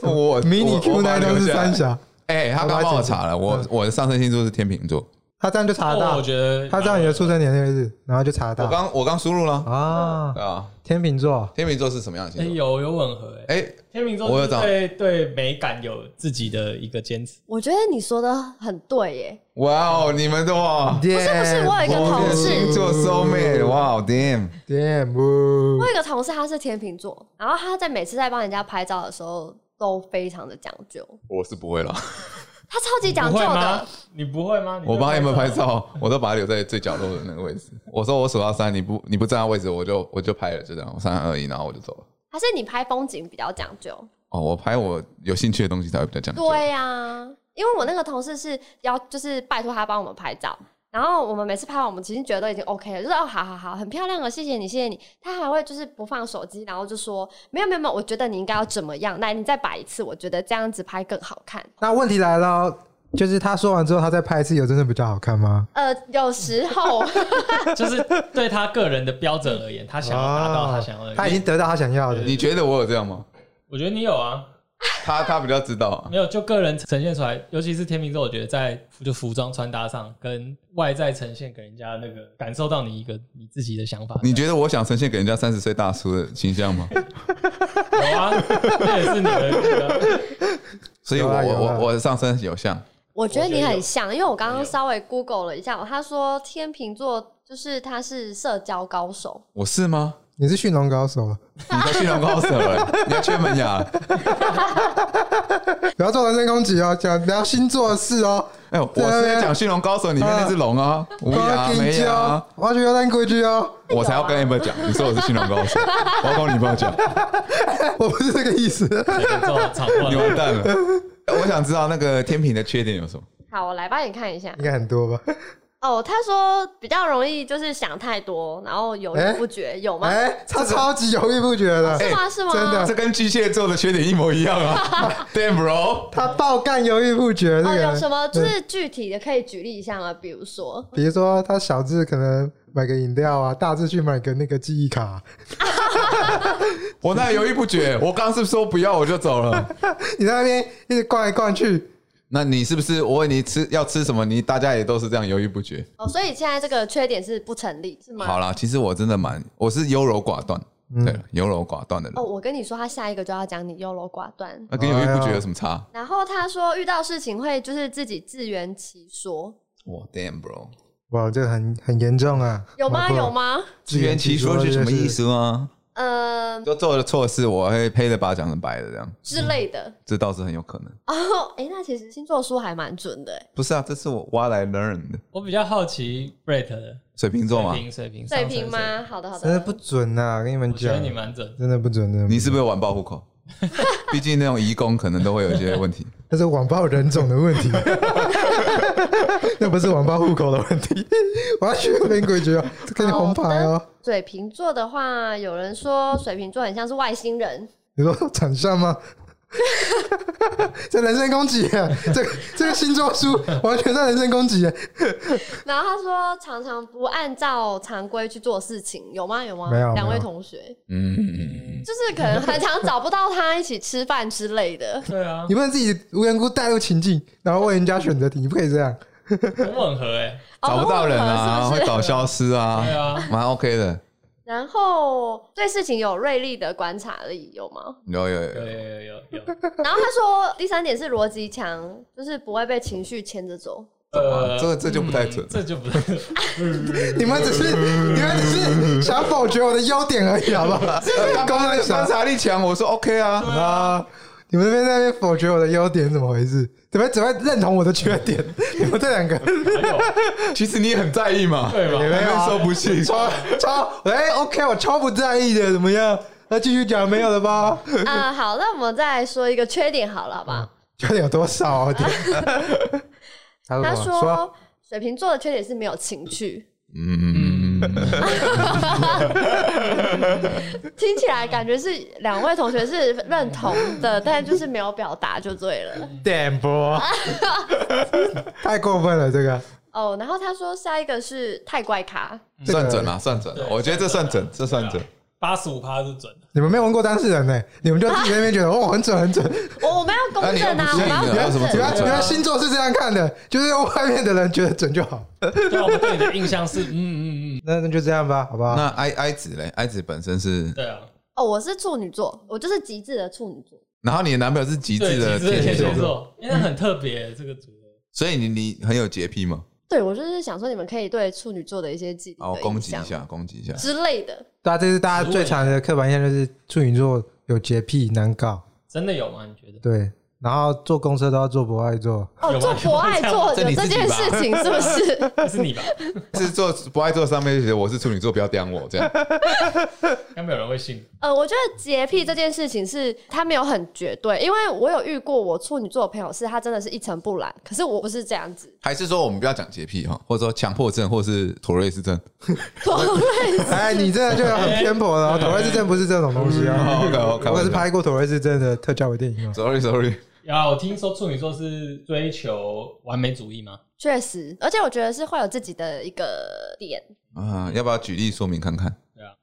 Speaker 2: 呃我
Speaker 1: 迷你 Q 那一段是三嗯
Speaker 2: 三，
Speaker 1: 峡，
Speaker 2: 哎、他刚帮我查了，
Speaker 1: 我把它
Speaker 2: 我
Speaker 1: 剪
Speaker 2: 我的上升星座是天秤座，
Speaker 1: 他这样就查得
Speaker 3: 哦
Speaker 1: 到
Speaker 3: 我，觉得
Speaker 1: 他这样你的出生年月日，然后就查得
Speaker 2: 我
Speaker 1: 到
Speaker 2: 刚我刚输入了
Speaker 1: 啊。
Speaker 2: 啊，
Speaker 1: 天秤座，
Speaker 2: 天秤座是什么样的星
Speaker 3: 哎
Speaker 2: 座？
Speaker 3: 有有吻合哎，
Speaker 2: 哎、
Speaker 3: 天秤座
Speaker 2: 我有
Speaker 3: 是
Speaker 2: 找
Speaker 3: 对对美感有自己的一个坚持，
Speaker 4: 我觉得你说的很对耶，
Speaker 2: 哇哦，你们都哇，
Speaker 1: 不
Speaker 4: 不是不是，我有一个同
Speaker 2: 星
Speaker 4: 事，
Speaker 2: 座 soul mate，哇哦，damn，
Speaker 1: ，damn，呜
Speaker 4: 我有一个同事他是天秤座，然后他在每次在帮人家拍照的时候都非常的讲究，
Speaker 2: 我是不会了，
Speaker 4: 他超级讲
Speaker 3: 不
Speaker 4: 究
Speaker 3: 会吗
Speaker 4: 的。？
Speaker 3: 你不会吗？
Speaker 2: 我帮你们拍
Speaker 3: 照。
Speaker 2: 照，我都把它留在最角落的那个位置。我说我数到三，你不你不站在位置，我就我就拍了，就这样，我三二一，然后我就走了。
Speaker 4: 还是你拍风景比较讲究？
Speaker 2: 哦，我拍我有兴趣的东西才会比较讲究。
Speaker 4: 对呀、因为我那个同事是要就是拜托他帮我们拍照，然后我们每次拍完，我们其实觉得都已经 OK 了，就是哦，好好好，很漂亮了，谢谢你，谢谢你。他还会就是不放手机，然后就说没有没有没有，我觉得你应该要怎么样，来你再摆一次，我觉得这样子拍更好看。
Speaker 1: 那问题来了哦，就是他说完之后，他再拍一次，有真的比较好看吗？
Speaker 4: 呃，有时候
Speaker 3: 就是对他个人的标准而言，他想要达
Speaker 2: 啊
Speaker 3: 到他想要的。
Speaker 1: 他已经得到他想要的。
Speaker 2: 你觉得我有这样吗？
Speaker 3: 我觉得你有啊，
Speaker 2: 他他比较知道啊。
Speaker 3: 没有就个人呈现出来，尤其是天秤座，我觉得在服就服装穿搭上跟外在呈现给人家那个感受到你一个你自己的想法。
Speaker 2: 你觉得我想呈现给人家三十岁大叔的形 象吗？
Speaker 3: 有啊？这也是你的那个
Speaker 2: 所以
Speaker 1: 有
Speaker 2: 我
Speaker 1: 啊有啊
Speaker 2: 我我的上身有像，
Speaker 4: 我觉得你
Speaker 3: 我觉得有
Speaker 4: 很像，因为我刚
Speaker 3: 有
Speaker 4: 刚稍微 Google 了一下，他说天秤座就是他是社交高手，
Speaker 2: 我是吗？
Speaker 1: 你是驯龙高手啊，
Speaker 2: 你在驯龙高手了，你要缺门牙了。
Speaker 1: 不要做人身攻击哦，讲聊星座的事哦。
Speaker 2: 哎呦，我是在讲驯龙高手里面那只龙啊，无牙
Speaker 1: 我要
Speaker 2: 没
Speaker 1: 禁
Speaker 2: 牙
Speaker 1: 哦
Speaker 2: 啊，，
Speaker 1: 我要去游览规矩哦，
Speaker 2: 我才要跟 Amber 讲，你说我是驯龙高 手，我要跟你朋友讲，
Speaker 1: 我不是这个意思。
Speaker 3: 天秤座吵过
Speaker 2: 你
Speaker 3: 了。
Speaker 2: 完蛋了。我想知道那个天平的缺点有什么？
Speaker 4: 好，我来帮你看一下
Speaker 1: 应。该很多吧？
Speaker 4: 哦，他说比较容易就是想太多，然后犹豫不决，有吗？
Speaker 1: 哎，他超级犹豫不决 的，
Speaker 4: 是吗？是吗？
Speaker 1: 哎
Speaker 4: 哦
Speaker 1: 真的
Speaker 2: 这跟巨蟹座的缺点一模一样 啊！Damn bro，
Speaker 1: 他爆干犹豫不决。这
Speaker 4: 哦，
Speaker 1: 个
Speaker 4: 有
Speaker 1: 人
Speaker 4: 什么就是具体的可以举例一下吗？比如说，
Speaker 1: 比如说他小智可能买个饮料啊，大智去买个那个记忆卡、
Speaker 2: 我那犹豫不 决，我刚是说不要我就走了。
Speaker 1: 你在那边一直逛来逛去，
Speaker 2: 那你是不是我问你吃要吃什么，你大家也都是这样犹豫不决？
Speaker 4: 哦，所以现在这个缺点是不成立，是吗？
Speaker 2: 好啦，其实我真的蛮，我是优柔寡断，
Speaker 1: 嗯
Speaker 2: 对，优柔寡断的人
Speaker 4: 哦，。我跟你说，他下一个就要讲你优柔寡断。
Speaker 2: 那跟犹豫不决有什么差？
Speaker 4: 然后他说遇到事情会就是自己自圆其说，
Speaker 2: 哇，damn bro，
Speaker 1: 哇，这个很很圆重啊！
Speaker 4: 有吗？
Speaker 1: 哇
Speaker 4: 有？吗？
Speaker 2: 自圆其说是什么意？
Speaker 1: 自圆其
Speaker 2: 思吗？
Speaker 4: 嗯、
Speaker 2: 就做了错事，我会黑的把它讲成白的，这样，
Speaker 4: 之类的。
Speaker 2: 这倒是很有可能。
Speaker 4: 哦，哎，那其实星座书还蛮准的。哎
Speaker 2: 不是啊，这是我挖来 learn 的，
Speaker 3: 我比较好奇 Brett 的
Speaker 2: 水瓶座嘛
Speaker 3: 水，瓶水瓶
Speaker 4: 水
Speaker 3: 上
Speaker 4: 平
Speaker 3: 升水
Speaker 4: 吗？好的，好
Speaker 1: 真的不
Speaker 4: 的。
Speaker 1: 准呐、我跟你们
Speaker 3: 瓶我
Speaker 2: 啊
Speaker 3: 觉得
Speaker 1: 讲，
Speaker 3: 你蛮准。。
Speaker 1: 真的不准，真的不准。
Speaker 2: 你是不是晚报户口？毕竟那种移工可能都会有一些问题。
Speaker 1: 那是网暴人种的问题，那不是网暴户口的问题。我要去那边规矩哦，这给你红牌哦。
Speaker 4: 水瓶座的话，有人说水瓶座很像是外星人，
Speaker 1: 你说长相吗？这人身攻击耶，这个这个星座书完全在人身攻击耶。
Speaker 4: 然后他说常常不按照常规去做事情，有吗？有吗？
Speaker 1: 没有
Speaker 4: 两
Speaker 1: 没
Speaker 4: 位
Speaker 1: 有
Speaker 4: 同学，
Speaker 2: 嗯，
Speaker 4: 就是可能很常找不到他一起吃饭之类的
Speaker 3: 对啊
Speaker 1: 你，不能自己无缘无故带入情境，然后问人家选择题，你不可以这样。
Speaker 3: 很吻合哎。
Speaker 2: 找不到人啊，
Speaker 4: 哦很吻合是
Speaker 2: 会
Speaker 4: 不是？
Speaker 2: 找消失啊
Speaker 3: 对，啊，
Speaker 2: 蛮 OK 的。
Speaker 4: 然后对事情有锐利的观察力，有吗？
Speaker 2: 有有有
Speaker 3: 有
Speaker 2: 有，
Speaker 3: 有有有有。
Speaker 4: 然后他说第三点是逻辑强，就是不会被情绪牵着走。
Speaker 3: 呃，
Speaker 2: 这个这就不太准
Speaker 3: 嗯这就不太准。
Speaker 1: 你们只是你们只是想否决我的优点而已，好不好？ 公然
Speaker 2: 观
Speaker 1: 想
Speaker 2: 察力强，我说 OK 啊，
Speaker 1: 啊！你们那边在那边否决我的优点，怎么回事？怎么只会认同我的缺点？你们这两个
Speaker 3: 还有
Speaker 2: 其实你也很在意嘛，
Speaker 3: 对嘛
Speaker 2: 你们说不信，
Speaker 1: 超
Speaker 3: 啊
Speaker 1: 超哎、o k 我超不在意的，怎么样？那继续讲，没有了吧？
Speaker 4: 啊、好，那我们再说一个缺点好了，好不好？
Speaker 1: 缺点有多少啊？我天他
Speaker 4: 他
Speaker 1: 说什么说
Speaker 4: 说水瓶座的缺点是没有情趣，
Speaker 2: 嗯，
Speaker 4: 听起来感觉是两位同学是认同的，但就是没有表达就对了。
Speaker 1: 点播， 太过分了，这个
Speaker 4: 哦，然后他说下一个是太怪咖，
Speaker 1: 这个
Speaker 2: 算准了，算准了，
Speaker 3: 嗯对
Speaker 2: 我觉得这算准，这算准。
Speaker 3: 八十五趴是准的。
Speaker 1: 你们没有问过当事人呢、你们就自己在那边觉得哦很准很准，
Speaker 4: 我我们要公正啊，我们
Speaker 2: 那
Speaker 4: 要
Speaker 2: 你要不
Speaker 4: 公
Speaker 2: 信
Speaker 4: 正
Speaker 2: 啊
Speaker 1: 原来
Speaker 2: 为什么
Speaker 1: 原来星座是这样看的，就是让外面的人觉得准就好。
Speaker 3: 对啊，我们对你的印象是，嗯嗯嗯，
Speaker 1: 那那就这样吧，好
Speaker 3: 啊
Speaker 1: 不好？
Speaker 2: 那 I I 子嘞，I 子本身是，
Speaker 3: 对啊，
Speaker 4: 哦，我是处女座，我就是极致的处女座。
Speaker 2: 然后你的男朋友是极
Speaker 3: 对，
Speaker 2: 致的
Speaker 3: 极致的
Speaker 2: 天
Speaker 3: 天
Speaker 2: 蝎
Speaker 3: 蝎
Speaker 2: 座，
Speaker 3: 座，因为很特别这个组合。
Speaker 2: 所以你你很有洁癖吗？
Speaker 4: 对我就是想说，你们可以对处女座的一些既定
Speaker 2: 哦，
Speaker 4: 的
Speaker 2: 攻
Speaker 4: 印
Speaker 2: 击
Speaker 4: 象
Speaker 2: 一下，攻击一下。
Speaker 4: 之类的。
Speaker 1: 大家啊这是大家最常的刻板印象，就是处女座有洁癖难搞，
Speaker 3: 真的有吗？你觉得？
Speaker 1: 对，然后坐公车都要坐不爱坐，
Speaker 4: 哦，
Speaker 3: 有
Speaker 4: 做
Speaker 3: 吗
Speaker 4: 博爱座
Speaker 2: 这
Speaker 4: 有
Speaker 2: 你
Speaker 4: 这
Speaker 2: 自己
Speaker 4: 件
Speaker 2: 吧
Speaker 4: 事情是不是？
Speaker 3: 是 你吧？
Speaker 2: 是做不爱做上面就写我是处女座，不要刁我这样。
Speaker 3: 应该没有人会信。
Speaker 4: 呃，我觉得洁癖这件事情是他没有很绝对，因为我有遇过我处女座的朋友，是他真的是一尘不染，可是我不是这样子。
Speaker 2: 还是说我们不要讲洁癖哈，或者说强迫症，或是妥瑞氏症？
Speaker 1: 哎，你这就很偏颇 了哦。妥瑞氏症不是这种东西
Speaker 3: 哦
Speaker 1: 啊。
Speaker 2: 我
Speaker 1: 我可是拍过妥瑞氏症的特效微电影哦。
Speaker 2: ，sorry sorry，
Speaker 3: 呀，啊我听说处女座是追求完美主义吗？
Speaker 4: 确实，而且我觉得是会有自己的一个点，
Speaker 2: 啊，要不要举例说明看看？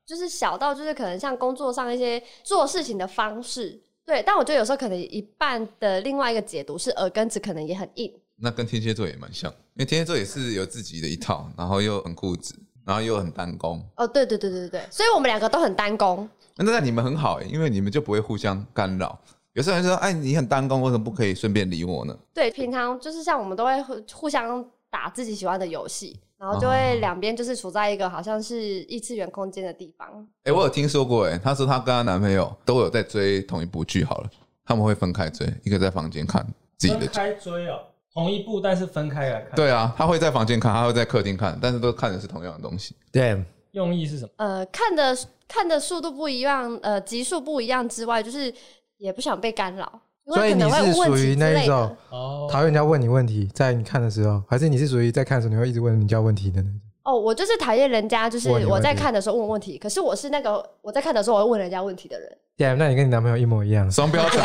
Speaker 4: 就是小到就是可能像工作上一些做事情的方式，对。但我觉得有时候可能一半的另外一个解读是耳根子可能也很硬，
Speaker 2: 那跟天蝎座也蛮像，因为天蝎座也是有自己的一套，然后又很固执，然后又很单攻。
Speaker 4: 哦，对对对对对对，所以我们两个都很单攻，
Speaker 2: 那那你们很好、欸，因为你们就不会互相干扰。有时候人说，哎，你很单攻，为什么不可以顺便理我呢？
Speaker 4: 对，平常就是像我们都会互互相打自己喜欢的游戏，然后就会
Speaker 1: 哦
Speaker 4: 两边就是处在一个好像是异次元空间的地方，
Speaker 2: 哎、我有听说过、欸，哎，她说她跟她男朋友都有在追同一部剧，好了，他们会分开追，一个在房间看自己的
Speaker 3: 分
Speaker 2: 剧。
Speaker 3: 开追哦，同一部但是分开来看。，
Speaker 2: 对啊，他会在房间看，他会在客厅看，但是都看的是同样的东西。
Speaker 1: 对，
Speaker 3: 用意是什么？
Speaker 4: 呃，看的看的速度不一样，呃，集数不一样之外，就是也不想被干扰，因
Speaker 1: 所
Speaker 4: 为
Speaker 1: 以
Speaker 4: 可
Speaker 1: 你
Speaker 4: 能会
Speaker 1: 是
Speaker 4: 问
Speaker 1: 属
Speaker 4: 起
Speaker 1: 于
Speaker 4: 之
Speaker 1: 那
Speaker 4: 类
Speaker 1: 一
Speaker 4: 的
Speaker 1: 种。
Speaker 3: 哦
Speaker 1: 讨厌人家问你问题，在你看的时候，还是你是属于在看的时候你会一直问人家问题的那种？
Speaker 4: 哦，我就是讨厌人家，就是
Speaker 1: 问你
Speaker 4: 我
Speaker 1: 问
Speaker 4: 在
Speaker 1: 题
Speaker 4: 看的时候问问题，可是我是那个我在看的时候我会问人家问题的人。
Speaker 1: 对，那你跟你男朋友一模一样。
Speaker 2: 双标仔，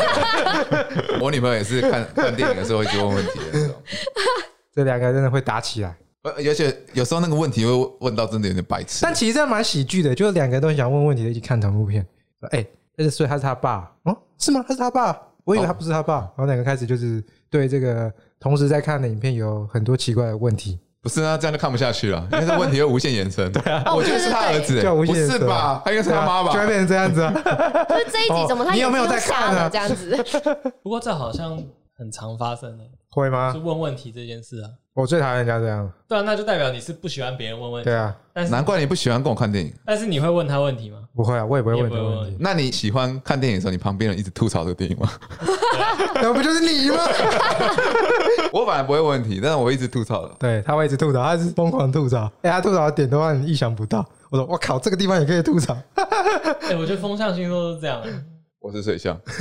Speaker 2: 我女朋友也是看看电影的时候会去问问题的那种，
Speaker 1: 这两个真的会打起来。
Speaker 2: 呃而且有时候那个问题会问到真的有点白痴
Speaker 1: 但。其实这样蛮喜剧的，就是两个都很想问问题的，一起看同一部片。说哎、但是所以他是他爸，嗯，是吗？他是他爸，我以为他不是他爸。然后两个开始就是对这个同时在看的影片有很多奇怪的问题。
Speaker 2: 不是啊，这样就看不下去了，因为这问题会无限延伸。对
Speaker 4: 哦
Speaker 2: 我觉得是他儿子、
Speaker 1: 啊对
Speaker 2: 欸
Speaker 1: 对对
Speaker 2: 不是吧？他应该是他妈
Speaker 1: 对啊居然
Speaker 2: 吧？
Speaker 1: 变成这样子啊！
Speaker 4: 就是这一集
Speaker 1: 哦
Speaker 4: 怎么他
Speaker 1: 你有
Speaker 4: 眼
Speaker 1: 没有
Speaker 4: 睛都
Speaker 1: 在
Speaker 4: 瞎
Speaker 1: 看啊
Speaker 4: 了这样子？
Speaker 3: 不过这好像很常发生的，
Speaker 1: 会吗
Speaker 3: 是？问问题这件事啊。
Speaker 1: 我最讨厌人家这样。
Speaker 3: 对啊，那就代表你是不喜欢别人问问题
Speaker 1: 对，啊，
Speaker 3: 但是
Speaker 2: 难怪你不喜欢跟我看电影。
Speaker 3: 但是你会问他问题吗？
Speaker 1: 不会啊，我也不会问这
Speaker 3: 你也
Speaker 1: 个
Speaker 3: 不会
Speaker 1: 问题。
Speaker 2: 那你喜欢看电影的时候，你旁边人一直吐槽这个电影 吗？
Speaker 1: 那不就是你 吗？
Speaker 2: 我反而不会问题，但是我一直吐槽了。
Speaker 1: 对他会一直吐槽，他是疯狂吐槽。哎、他吐槽的点都让你意想不到。我说我靠，这个地方也可以吐槽。
Speaker 3: 哎、我觉得风象星座都是这样、欸。
Speaker 2: 我是水象
Speaker 3: 我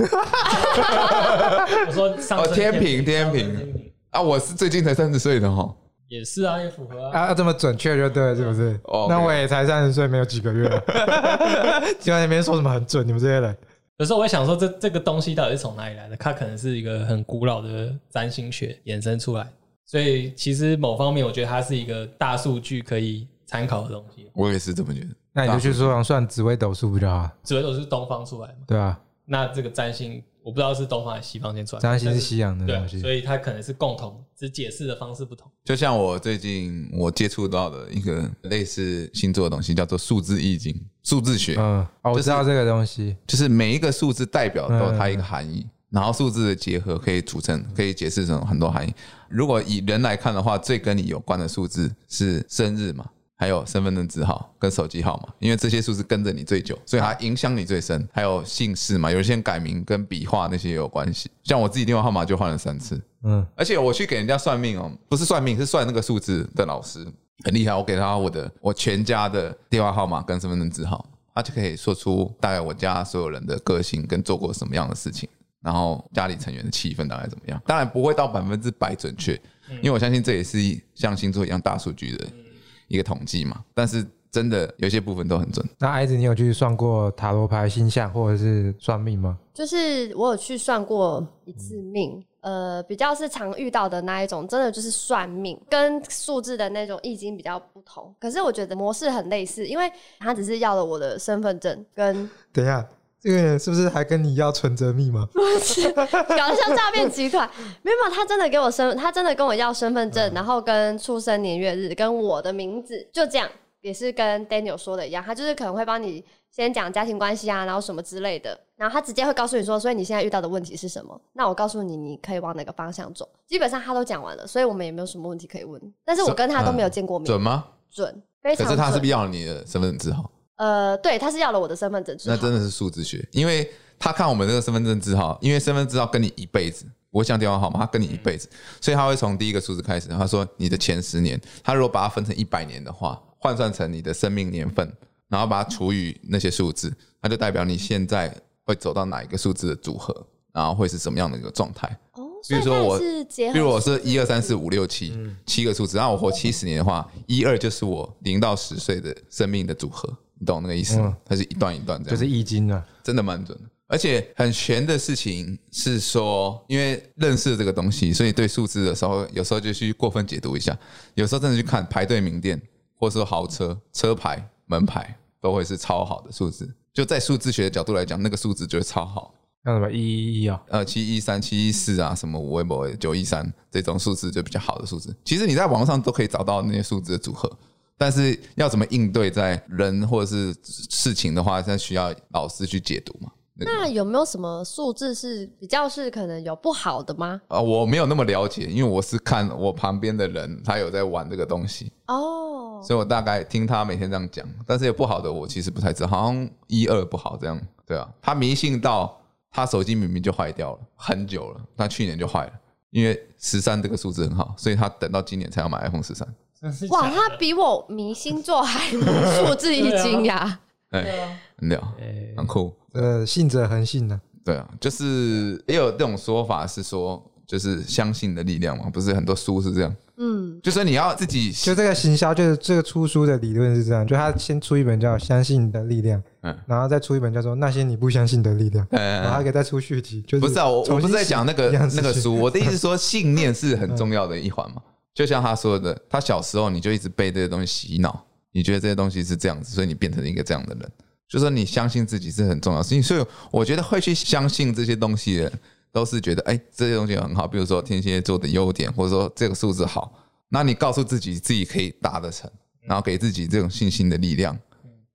Speaker 3: 说上
Speaker 2: 哦
Speaker 3: 升
Speaker 2: 天平
Speaker 3: 平，
Speaker 2: 天
Speaker 3: 上升
Speaker 2: 平
Speaker 3: 天平
Speaker 2: 啊，我是最近才三十岁的哦哈。
Speaker 3: 也是啊，也符合啊。
Speaker 1: 啊，要这么准确就对了，是不是？
Speaker 2: 哦
Speaker 1: 那
Speaker 2: 没有
Speaker 1: 我也才三十岁，没有几个月 了，就在那边说什么很准，你们这些人。
Speaker 3: 有时候我会想说这，这个东西到底是从哪里来的？它可能是一个很古老的占星学衍生出来，所以其实某方面我觉得它是一个大数据可以参考的东西。
Speaker 2: 我也是这么觉得。
Speaker 1: 那你就去说算紫微斗数不就好了？
Speaker 3: 紫微斗数是东方出来嘛？
Speaker 1: 对啊，
Speaker 3: 那这个占星我不知道是东方还是西方先出来的，
Speaker 1: 占星
Speaker 3: 但
Speaker 1: 是
Speaker 3: 是
Speaker 1: 西洋的
Speaker 3: 对啊，
Speaker 1: 东西
Speaker 3: 所。以它可能是共同，只解释的方式不同。
Speaker 2: 就像我最近我接触到的一个类似星座的东西，叫做数字易经、数字学，
Speaker 1: 嗯，哦，我
Speaker 2: 就是
Speaker 1: 知道这个东西。
Speaker 2: 就是每一个数字代表都有它一个含义，然后数字的结合可以组成，可以解释成很多含义。如果以人来看的话，最跟你有关的数字是生日嘛，还有身份证字号跟手机号嘛，因为这些数字跟着你最久，所以它影响你最深。还有姓氏嘛，有些人改名跟笔画那些也有关系。像我自己电话号码就换了三次，
Speaker 1: 嗯，
Speaker 2: 而且我去给人家算命哦，不是算命，是算那个数字的老师，很厉害。我给他我的我全家的电话号码跟身份证字号，他就可以说出大概我家所有人的个性跟做过什么样的事情，然后家里成员的气氛大概怎么样。当然不会到百分之百准确，因为我相信这也是一像星座一样大数据的一个统计嘛。但是真的有些部分都很准，
Speaker 1: 那艾子，你有去算过塔罗牌、星象或者是算命吗？
Speaker 4: 就是我有去算过一次
Speaker 1: 嗯
Speaker 4: 命，呃，比较是常遇到的那一种，真的就是算命，跟数字的那种易经比较不同。可是我觉得模式很类似，因为他只是要了我的身份证跟
Speaker 1: 等一下，这个人是不是还跟你要存折密码？
Speaker 4: 搞得像诈骗集团。没有，他真的给我身，他真的跟我要身份证，然后跟出生年月日，跟我的名字，就这样，也是跟 Daniel 说的一样，他就是可能会帮你先讲家庭关系啊，然后什么之类的，然后他直接会告诉你说，所以你现在遇到的问题是什么？那我告诉你，你可以往哪个方向走。基本上他都讲完了，所以我们也没有什么问题可以问。但是我跟他都没有见过面，
Speaker 2: 准吗？
Speaker 4: 准，非
Speaker 2: 嗯可
Speaker 4: 常准。
Speaker 2: 是他是不是要你的身份证字号？
Speaker 4: 呃，对，他是要了我的身份证字
Speaker 2: 那
Speaker 4: 号，
Speaker 2: 真的是数字学，因为他看我们这个身份证字号，因为身份证字号跟你一辈子，不会像电话号码，他跟你一辈子，所以他会从第一个数字开始。他说你的前十年，他如果把它分成一百年的话，换算成你的生命年份，然后把它除以那些数字，那就代表你现在会走到哪一个数字的组合，然后会是什么样的一个状态。
Speaker 4: 哦，
Speaker 2: 比
Speaker 4: 所
Speaker 2: 如
Speaker 4: 以
Speaker 2: 说
Speaker 4: 他也
Speaker 2: 我
Speaker 4: 哎是结合，
Speaker 2: 比如我是一二三四五六七七个数字，然后我活七十年的话，一二就是我零到十岁的生命的组合，你懂那个意思吗？它是一段一段这样，
Speaker 1: 就是易经啊，
Speaker 2: 真的蛮准的。而且很玄的事情是说，因为认识这个东西，所以对数字的时候，有时候就去过分解读一下，有时候真的去看排队名店，或者说豪车车牌、门牌，都会是超好的数字。就在数字学的角度来讲，那个数字就会超好。
Speaker 1: 像什么一一一啊，
Speaker 2: 呃，七一三、七一四啊，什么五位某九一三这种数字就比较好的数字。其实你在网络上都可以找到那些数字的组合，但是要怎么应对在人或者是事情的话，那需要老师去解读嘛。那个
Speaker 4: 那有没有什么数字是比较是可能有不好的吗？
Speaker 2: 啊，我没有那么了解，因为我是看我旁边的人他有在玩这个东西，
Speaker 4: 哦，
Speaker 2: 所以我大概听他每天这样讲。但是有不好的，我其实不太知道，好像一二不好这样。对啊，他迷信到他手机明明就坏掉了，很久了，他去年就坏了，因为十三这个数字很好，所以他等到今年才要买 iPhone 十三。
Speaker 3: 真是
Speaker 4: 哇，
Speaker 3: 假
Speaker 4: 他
Speaker 3: 的
Speaker 4: 比我迷星座还数字一惊呀！
Speaker 3: 对
Speaker 2: 哎，
Speaker 3: 啊
Speaker 2: 很屌，
Speaker 3: 哎
Speaker 2: 很酷。
Speaker 1: 呃，信者恒信呢、
Speaker 2: 对啊，就是也有这种说法是说，就是相信的力量嘛，不是很多书是这样，
Speaker 4: 嗯，
Speaker 2: 就是你要自己
Speaker 1: 就这个行销，就是这个出书的理论是这样，就他先出一本叫《相信的力量》，
Speaker 2: 嗯
Speaker 1: 然后再出一本叫做《那些你不相信的力量》，
Speaker 2: 嗯
Speaker 1: 然后还可以再出续集，就是
Speaker 2: 不是啊，我我
Speaker 1: 重
Speaker 2: 不
Speaker 1: 新
Speaker 2: 是在讲那
Speaker 1: 写
Speaker 2: 个
Speaker 1: 一样的
Speaker 2: 那个
Speaker 1: 事情
Speaker 2: 书，我的意思是说信念是很重要的一环嘛。就像他说的，他小时候你就一直被这些东西洗脑，你觉得这些东西是这样子，所以你变成一个这样的人。就说你相信自己是很重要的事情，所以我觉得会去相信这些东西的人，都是觉得哎、这些东西很好，比如说天蝎座的优点，或者说这个数字好，那你告诉自己自己可以达得成，然后给自己这种信心的力量，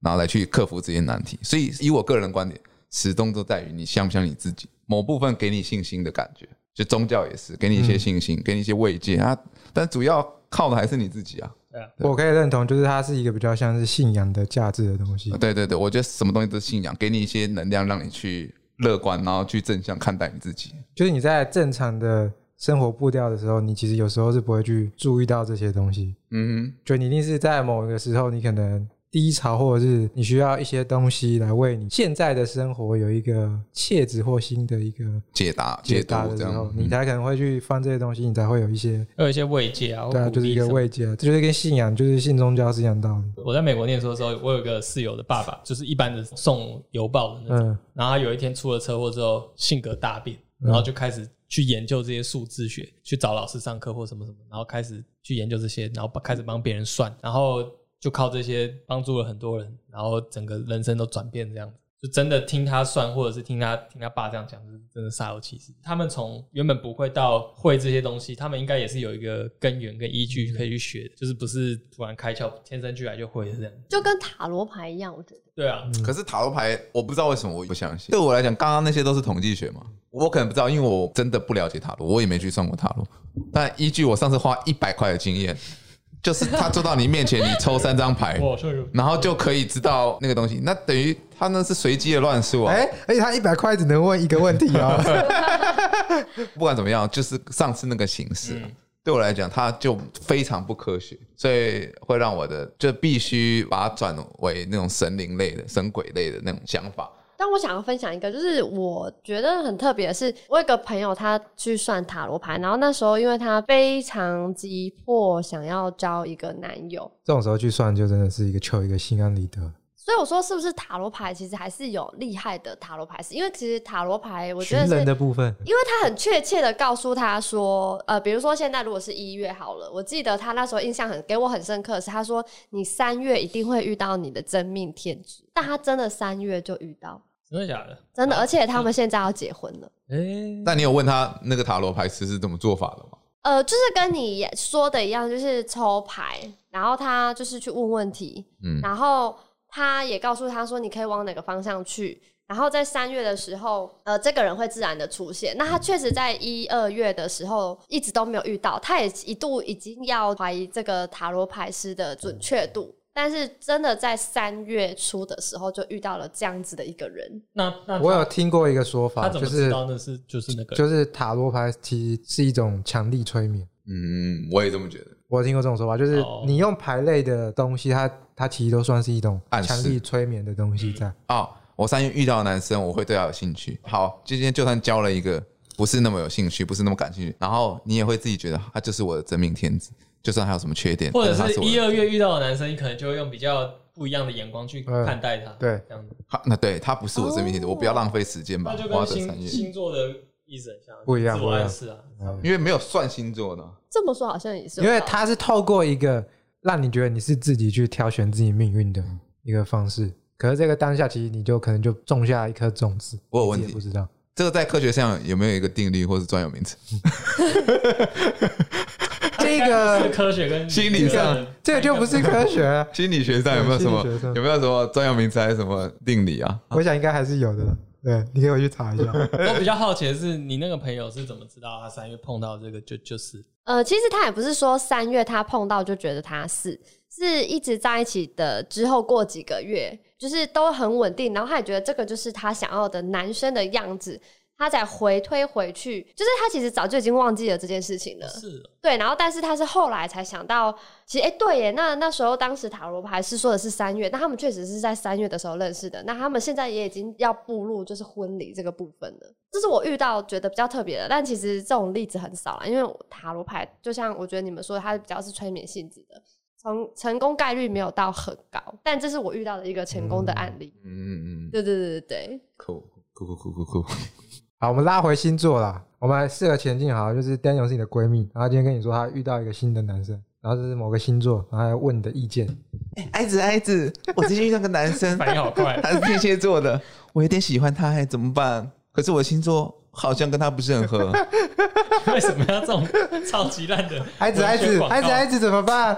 Speaker 2: 然后来去克服这些难题。所以以我个人观点，始终都在于你相不相信自己，某部分给你信心的感觉，就宗教也是给你一些信心，给你一些慰藉啊，但主要靠的还是你自己啊。
Speaker 1: 我可以认同，就是它是一个比较像是信仰的价值的东西。
Speaker 2: 对对对，我觉得什么东西都是信仰，给你一些能量，让你去乐观，然后去正向看待你自己。
Speaker 1: 就是你在正常的生活步调的时候，你其实有时候是不会去注意到这些东西。
Speaker 2: 嗯
Speaker 1: 就你一定是在某一个时候，你可能低潮，或者是你需要一些东西来为你现在的生活有一个切值或新的一个
Speaker 2: 哼，解答
Speaker 1: 解
Speaker 2: 读
Speaker 1: 答的
Speaker 2: 这
Speaker 1: 时候
Speaker 2: 样，，
Speaker 3: 嗯
Speaker 2: 嗯
Speaker 1: 你才可能会去翻这些东西，你才会有一些
Speaker 3: 会有一些慰藉啊，或
Speaker 1: 对啊，
Speaker 3: 鼓
Speaker 1: 就是
Speaker 3: 励
Speaker 1: 一个
Speaker 3: 什么
Speaker 1: 慰藉啊，这就是跟信仰，就是信宗教是一样的道理。
Speaker 3: 我在美国念书的时候，我有一个室友的爸爸，就是一般的送邮报的那种。
Speaker 1: 嗯，
Speaker 3: 然后他有一天出了车祸之后，性格大变，然后就开始去研究这些数字学，去找老师上课或什么什么，然后开始去研究这些，然后帮开始帮别人算，然后就靠这些帮助了很多人，然后整个人生都转变这样子。就真的听他算，或者是听他听他爸这样讲，就是真的煞有其事。他们从原本不会到会这些东西，他们应该也是有一个根源跟依据可以去学的，就是不是突然开窍，天生俱来就会的这样。
Speaker 4: 就跟塔罗牌一样，我觉得嗯
Speaker 3: 对啊，
Speaker 2: 可是塔罗牌，我不知道为什么我不相信。对我来讲，刚刚那些都是统计学嘛，我可能不知道，因为我真的不了解塔罗，我也没去算过塔罗。但依据我上次花一百块的经验，就是他坐到你面前，你抽三张牌，
Speaker 3: 我说
Speaker 2: 然后就可以知道那个东西。那等于他那是随机的乱数啊。
Speaker 1: 哎、而且他一百块只能问一个问题 哦。
Speaker 2: 不管怎么样，就是上次那个形式啊、对我来讲，它就非常不科学，所以会让我的就必须把它转为那种神灵类的、神鬼类的那种想法，
Speaker 4: 但我想要分享一个，就是我觉得很特别的是，我有一个朋友他去算塔罗牌，然后那时候因为他非常急迫想要交一个男友，
Speaker 1: 这种时候去算，就真的是一个求一个心安理得。
Speaker 4: 所以我说是不是塔罗牌其实还是有厉害的塔罗牌师？因为其实塔罗牌我觉
Speaker 1: 寻
Speaker 4: 得
Speaker 1: 人
Speaker 4: 是
Speaker 1: 的部分，
Speaker 4: 因为他很确切的告诉他说，呃，比如说现在如果是一月好了，我记得他那时候印象很给我很深刻的是，他说你三月一定会遇到你的真命天子，但他真的三月就遇到，
Speaker 3: 真的假的？
Speaker 4: 真的，而且他们现在要结婚了。
Speaker 3: 哎，
Speaker 2: 那你有问他那个塔罗牌师是怎么做法的吗？
Speaker 4: 呃，就是跟你也说的一样，就是抽牌，然后他就是去问问题，
Speaker 2: 嗯
Speaker 4: 然后他也告诉他说你可以往哪个方向去。然后在三月的时候，呃，这个人会自然的出现。那他确实在一二月的时候一直都没有遇到，他也一度已经要怀疑这个塔罗牌师的准确度。但是真的在三月初的时候就遇到了这样子的一个人，
Speaker 3: 那那
Speaker 1: 我
Speaker 3: 他
Speaker 1: 有听过一个说法，
Speaker 3: 他怎
Speaker 1: 就
Speaker 3: 么知
Speaker 1: 是
Speaker 3: 道那是就是那个人？
Speaker 1: 就是塔罗牌其实是一种强力催眠。
Speaker 2: 嗯，我也这么觉得。
Speaker 1: 我有听过这种说法，就是
Speaker 3: 哦
Speaker 1: 你用牌类的东西，它它其实都算是一种
Speaker 2: 暗示
Speaker 1: 强力催眠的东西在。
Speaker 2: 哦，我三月遇到的男生，我会对他有兴趣。好，今天就算交了一个不是那么有兴趣，不是那么感兴趣，然后你也会自己觉得他就是我的真命天子，就算他有什么缺点，
Speaker 3: 或者
Speaker 2: 但他
Speaker 3: 是
Speaker 2: 是我
Speaker 3: 一
Speaker 2: 的
Speaker 3: 二月遇到的男生，你可能就会用比较不一样的眼光去看待他，
Speaker 1: 嗯对，
Speaker 3: 这样子，
Speaker 2: 他那对他不是我真命天子，
Speaker 4: 哦
Speaker 2: 我不要浪费时间吧
Speaker 3: 那，就
Speaker 2: 我要
Speaker 3: 跟
Speaker 2: 等三
Speaker 3: 星
Speaker 2: 月，
Speaker 3: 星座的意思很像，
Speaker 1: 不一样
Speaker 3: 自我暗示啊，
Speaker 1: 嗯
Speaker 2: 因为没有算星座呢。
Speaker 4: 这么说好像也是有
Speaker 1: 因为
Speaker 4: 道理
Speaker 1: 它是透过一个让你觉得你是自己去挑选自己命运的
Speaker 2: 嗯
Speaker 1: 一个方式。可是这个当下，其实你就可能就种下一颗种子，
Speaker 2: 我有
Speaker 1: 你自
Speaker 2: 问
Speaker 1: 己
Speaker 2: 题
Speaker 1: 也不知道。
Speaker 2: 这个在科学上有没有一个定律或是专有名 词？
Speaker 1: 这
Speaker 3: 是
Speaker 1: 个
Speaker 3: 科学跟
Speaker 2: 心理上
Speaker 1: 这个就不是科 学啊，
Speaker 2: 心理学上有没有什么
Speaker 1: 心理学上
Speaker 2: 有没有什么专有名词还是什么定理啊？
Speaker 1: 我想应该还是有的啦。对，你可以回去查一 下。
Speaker 3: 我比较好奇的是，你那个朋友是怎么知道他三月碰到这个就就是
Speaker 4: 呃，其实他也不是说三月他碰到就觉得他是，是一直在一起的之后过几个月，就是都很稳定，然后他也觉得这个就是他想要的男生的样子，他才回推回去，就是他其实早就已经忘记了这件事情了。
Speaker 3: 是哦
Speaker 4: 对，然后但是他是后来才想到，其实哎、诶对耶，那那时候当时塔罗牌是说的是三月，那他们确实是在三月的时候认识的，那他们现在也已经要步入就是婚礼这个部分了。这是我遇到觉得比较特别的，但其实这种例子很少啦，因为塔罗牌就像我觉得你们说的，它比较是催眠性质的，成成功概率没有到很高，但这是我遇到的一个成功的案例。
Speaker 2: 嗯嗯嗯，
Speaker 4: 对对对对对，
Speaker 2: 酷酷酷酷酷酷，
Speaker 1: 好，我们拉回星座啦，我们适合前进好了，就是 Daniel 是你的闺蜜，然后今天跟你说她遇到一个新的男生，然后这是某个星座，然后还问你的意见，
Speaker 2: 爱哎子爱子，我最近遇到个男生，
Speaker 3: 反应 好快，
Speaker 2: 他是天蝎 座的，我有点喜欢他，哎，怎么办？可是我星座好像跟他不是很合，
Speaker 3: 为什么要这种超级烂的
Speaker 1: 孩子孩
Speaker 3: 文宣
Speaker 1: 子
Speaker 3: 广告
Speaker 1: 孩子孩子怎么办？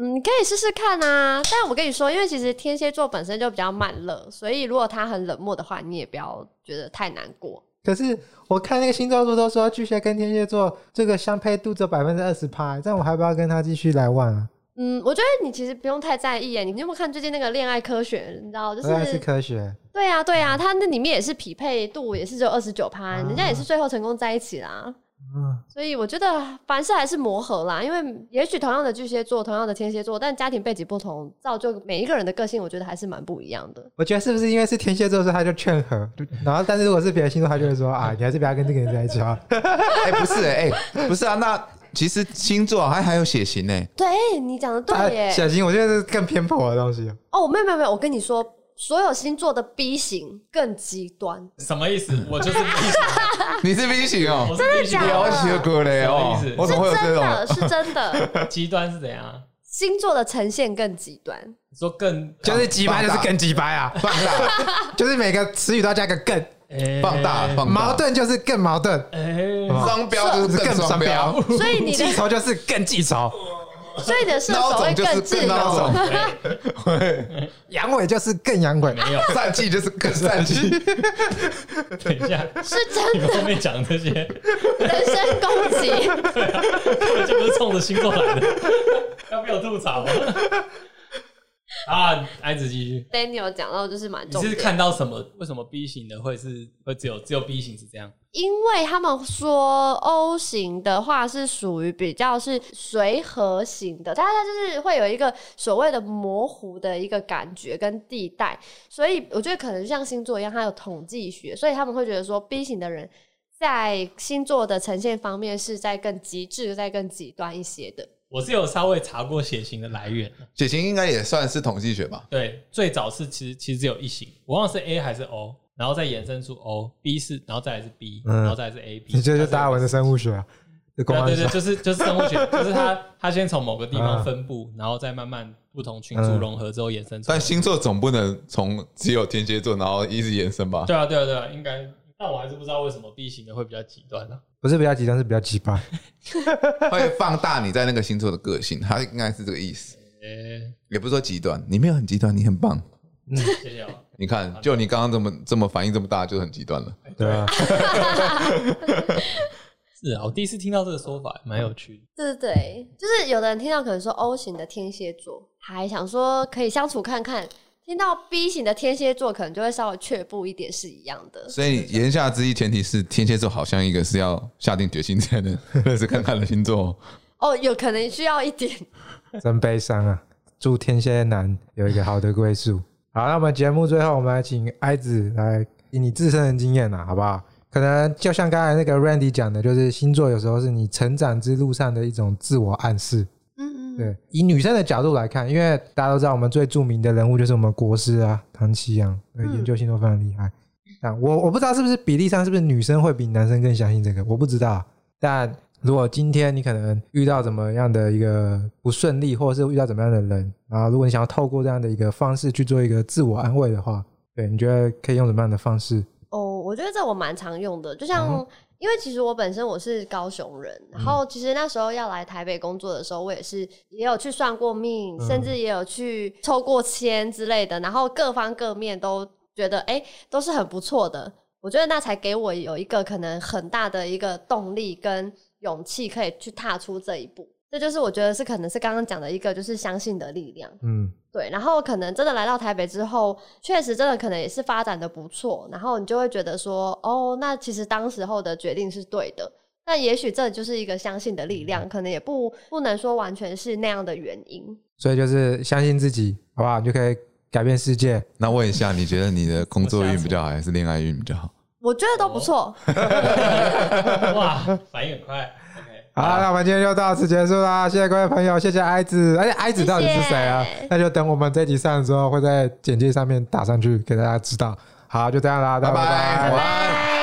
Speaker 4: 嗯，可以试试看啊。但我跟你说，因为其实天蝎座本身就比较慢热，所以如果他很冷漠的话，你也不要觉得太难过。
Speaker 1: 可是我看那个星座书都说巨蟹跟天蝎座这个相配度只有百分之二十趴，这样我还不要跟他继续来玩啊？
Speaker 4: 嗯，我觉得你其实不用太在意耶。你有没有看最近那个《恋爱科学》？你知道，就
Speaker 1: 我还是
Speaker 4: 是
Speaker 1: 科嗯学，
Speaker 4: 对啊，对啊，他那里面也是匹配度也是只有二十九趴，人家也是最后成功在一起啦。
Speaker 1: 嗯，
Speaker 4: 所以我觉得凡事还是磨合啦，因为也许同样的巨蟹座、同样的天蝎座，但家庭背景不同，造就每一个人的个性，我觉得还是蛮不一样的。
Speaker 1: 我觉得是不是因为是天蝎座，所以他就劝和，然后但是如果是别的星座，他就会说 啊，你还是不要跟这个人在一起啊。
Speaker 2: 哎，不是，哎，不是啊，那其实星座还还有血型呢，
Speaker 4: 对哎你讲的对耶，
Speaker 1: 啊小心，我觉得这是更偏颇的东西。啊
Speaker 4: 哦，没有没有没有，我跟你说，所有星座的 B 型更极端。
Speaker 3: 什么意思？我就是 B
Speaker 2: 你是 B 型哦
Speaker 3: 型，我，是 B 型，
Speaker 4: 真的假的
Speaker 2: 了解过嘞哦
Speaker 3: 什么意，思
Speaker 2: 我怎么会有这
Speaker 4: 真
Speaker 2: 种？
Speaker 4: 的 是真的，
Speaker 3: 极端是怎样？
Speaker 4: 星座的呈现更极端。
Speaker 3: 你说更
Speaker 1: 就是鸡掰，就是更鸡掰啊！ 放大，就是每个词语都要加个更，
Speaker 2: 放大，放大
Speaker 1: 矛，盾就是更矛盾，
Speaker 3: 哎，
Speaker 2: 双标就是更双标，
Speaker 4: 所以 你的
Speaker 1: 记仇就是更记仇，
Speaker 4: 所以你的射手
Speaker 2: 孬
Speaker 4: 会
Speaker 2: 种就是
Speaker 4: 自
Speaker 2: 更孬
Speaker 4: 由。
Speaker 2: 种，
Speaker 1: 阳痿就是更阳痿。
Speaker 3: 没有，
Speaker 2: 善气就是更善气，
Speaker 3: 哎等一下，
Speaker 4: 是真
Speaker 3: 你后面讲这些，
Speaker 4: 人身攻击，
Speaker 3: 根本就不是冲着星座来的， 要被我吐槽吗？ 啊，安子继续。
Speaker 4: Daniel 讲到就是蛮
Speaker 3: 你
Speaker 4: 重
Speaker 3: 是
Speaker 4: 点，
Speaker 3: 看到什么？为什么 B 型的会是会只有只有 B 型是这样？
Speaker 4: 因为他们说 O 型的话是属于比较是随和型的，但是它就是会有一个所谓的模糊的一个感觉跟地带，所以我觉得可能像星座一样，它有统计学，所以他们会觉得说 B 型的人在星座的呈现方面是在更极致、在更极端一些的。
Speaker 3: 我是有稍微查过血型的来源， 啊
Speaker 5: 血型应该也算是统计学吧？
Speaker 3: 对，最早是其实其实只有一型，我忘了是 A 还是 O，然后再衍生出 O，B 是，然后再来是 B，
Speaker 1: 嗯
Speaker 3: 然后再来是 AB，
Speaker 1: 你这就
Speaker 3: 再
Speaker 1: 是
Speaker 3: 是
Speaker 1: 达尔文的生物学啊，这公
Speaker 3: 对啊
Speaker 1: 安
Speaker 3: 对
Speaker 1: 小
Speaker 3: 对，就是就是生物 学，就是它它先从某个地方分布，然后再慢慢不同群组
Speaker 1: 嗯
Speaker 3: 融合之后衍生出来
Speaker 5: 但。星座总不能从只有天蝎座然后一直延伸吧？
Speaker 3: 对啊对啊对啊，应该，但我还是不知道为什么 B 型的会比较极端啊呢？
Speaker 1: 不是比较极端，是比较极 端。
Speaker 5: 会放大你在那个星座的个性，它应该是这个意思。
Speaker 3: 诶，
Speaker 5: 也不是说极端，你没有很极端，你很棒。
Speaker 3: 谢谢啊。
Speaker 5: 你看，就你刚刚这么这么反应这么大，就很极端了。
Speaker 1: 对啊，
Speaker 3: 是啊，我第一次听到这个说法，蛮有趣的。
Speaker 4: 对对对，就是有的人听到可能说 O 型的天蝎座，还想说可以相处看看；听到 B 型的天蝎座，可能就会稍微却步一点，是一样的。
Speaker 5: 所以言下之意，前提是天蝎座好像一个是要下定决心才能 认识看看的星座哦。
Speaker 4: 哦，有可能需要一点。
Speaker 1: 真悲伤啊！祝天蝎男有一个好的归宿。 好，那我们节目最后，我们来请艾子来以你自身的经验啦，啊好不好？可能就像刚才那个 Randy 讲的，就是星座有时候是你成长之路上的一种自我暗示。
Speaker 4: 嗯嗯，
Speaker 1: 对，以女生的角度来看，因为大家都知道我们最著名的人物就是我们国师啊，唐奇阳，对
Speaker 4: 嗯
Speaker 1: 研究星座非常厉害。但我我不知道是不是比例上是不是女生会比男生更相信这个，我不知道。啊但如果今天你可能遇到怎么样的一个不顺利，或者是遇到怎么样的人，然后如果你想要透过这样的一个方式去做一个自我安慰的话，对，你觉得可以用什么样的方式？
Speaker 4: 哦，我觉得这我蛮常用的，就像、
Speaker 1: 嗯
Speaker 4: 因为其实我本身我是高雄人，然后其实那时候要来台北工作的时候，我也是也有去算过命，
Speaker 1: 嗯
Speaker 4: 甚至也有去抽过签之类的，然后各方各面都觉得哎、诶都是很不错的，我觉得那才给我有一个可能很大的一个动力跟勇气，可以去踏出这一步。这就是我觉得是可能是刚刚讲的一个就是相信的力量。
Speaker 1: 嗯
Speaker 4: 对，然后可能真的来到台北之后，确实真的可能也是发展的不错，然后你就会觉得说，哦，那其实当时候的决定是对的。那也许这就是一个相信的力量，可能也不不能说完全是那样的原因。
Speaker 1: 所以就是相信自己，好不好？你就可以改变世界。
Speaker 5: 那问一下，你觉得你的工作运比较好，还是恋爱运比较好？
Speaker 4: 我觉得都不错，
Speaker 3: 哇，反应很快。OK，啊
Speaker 1: 好，那我们今天就到此结束啦，谢谢各位朋友，谢谢哀子，而且哀子到底是谁啊？
Speaker 4: 谢谢
Speaker 1: 那就等我们这集上的时候，会在简介上面打上去给大家知道。好，就这样啦，大家拜
Speaker 5: 拜拜
Speaker 4: 拜拜。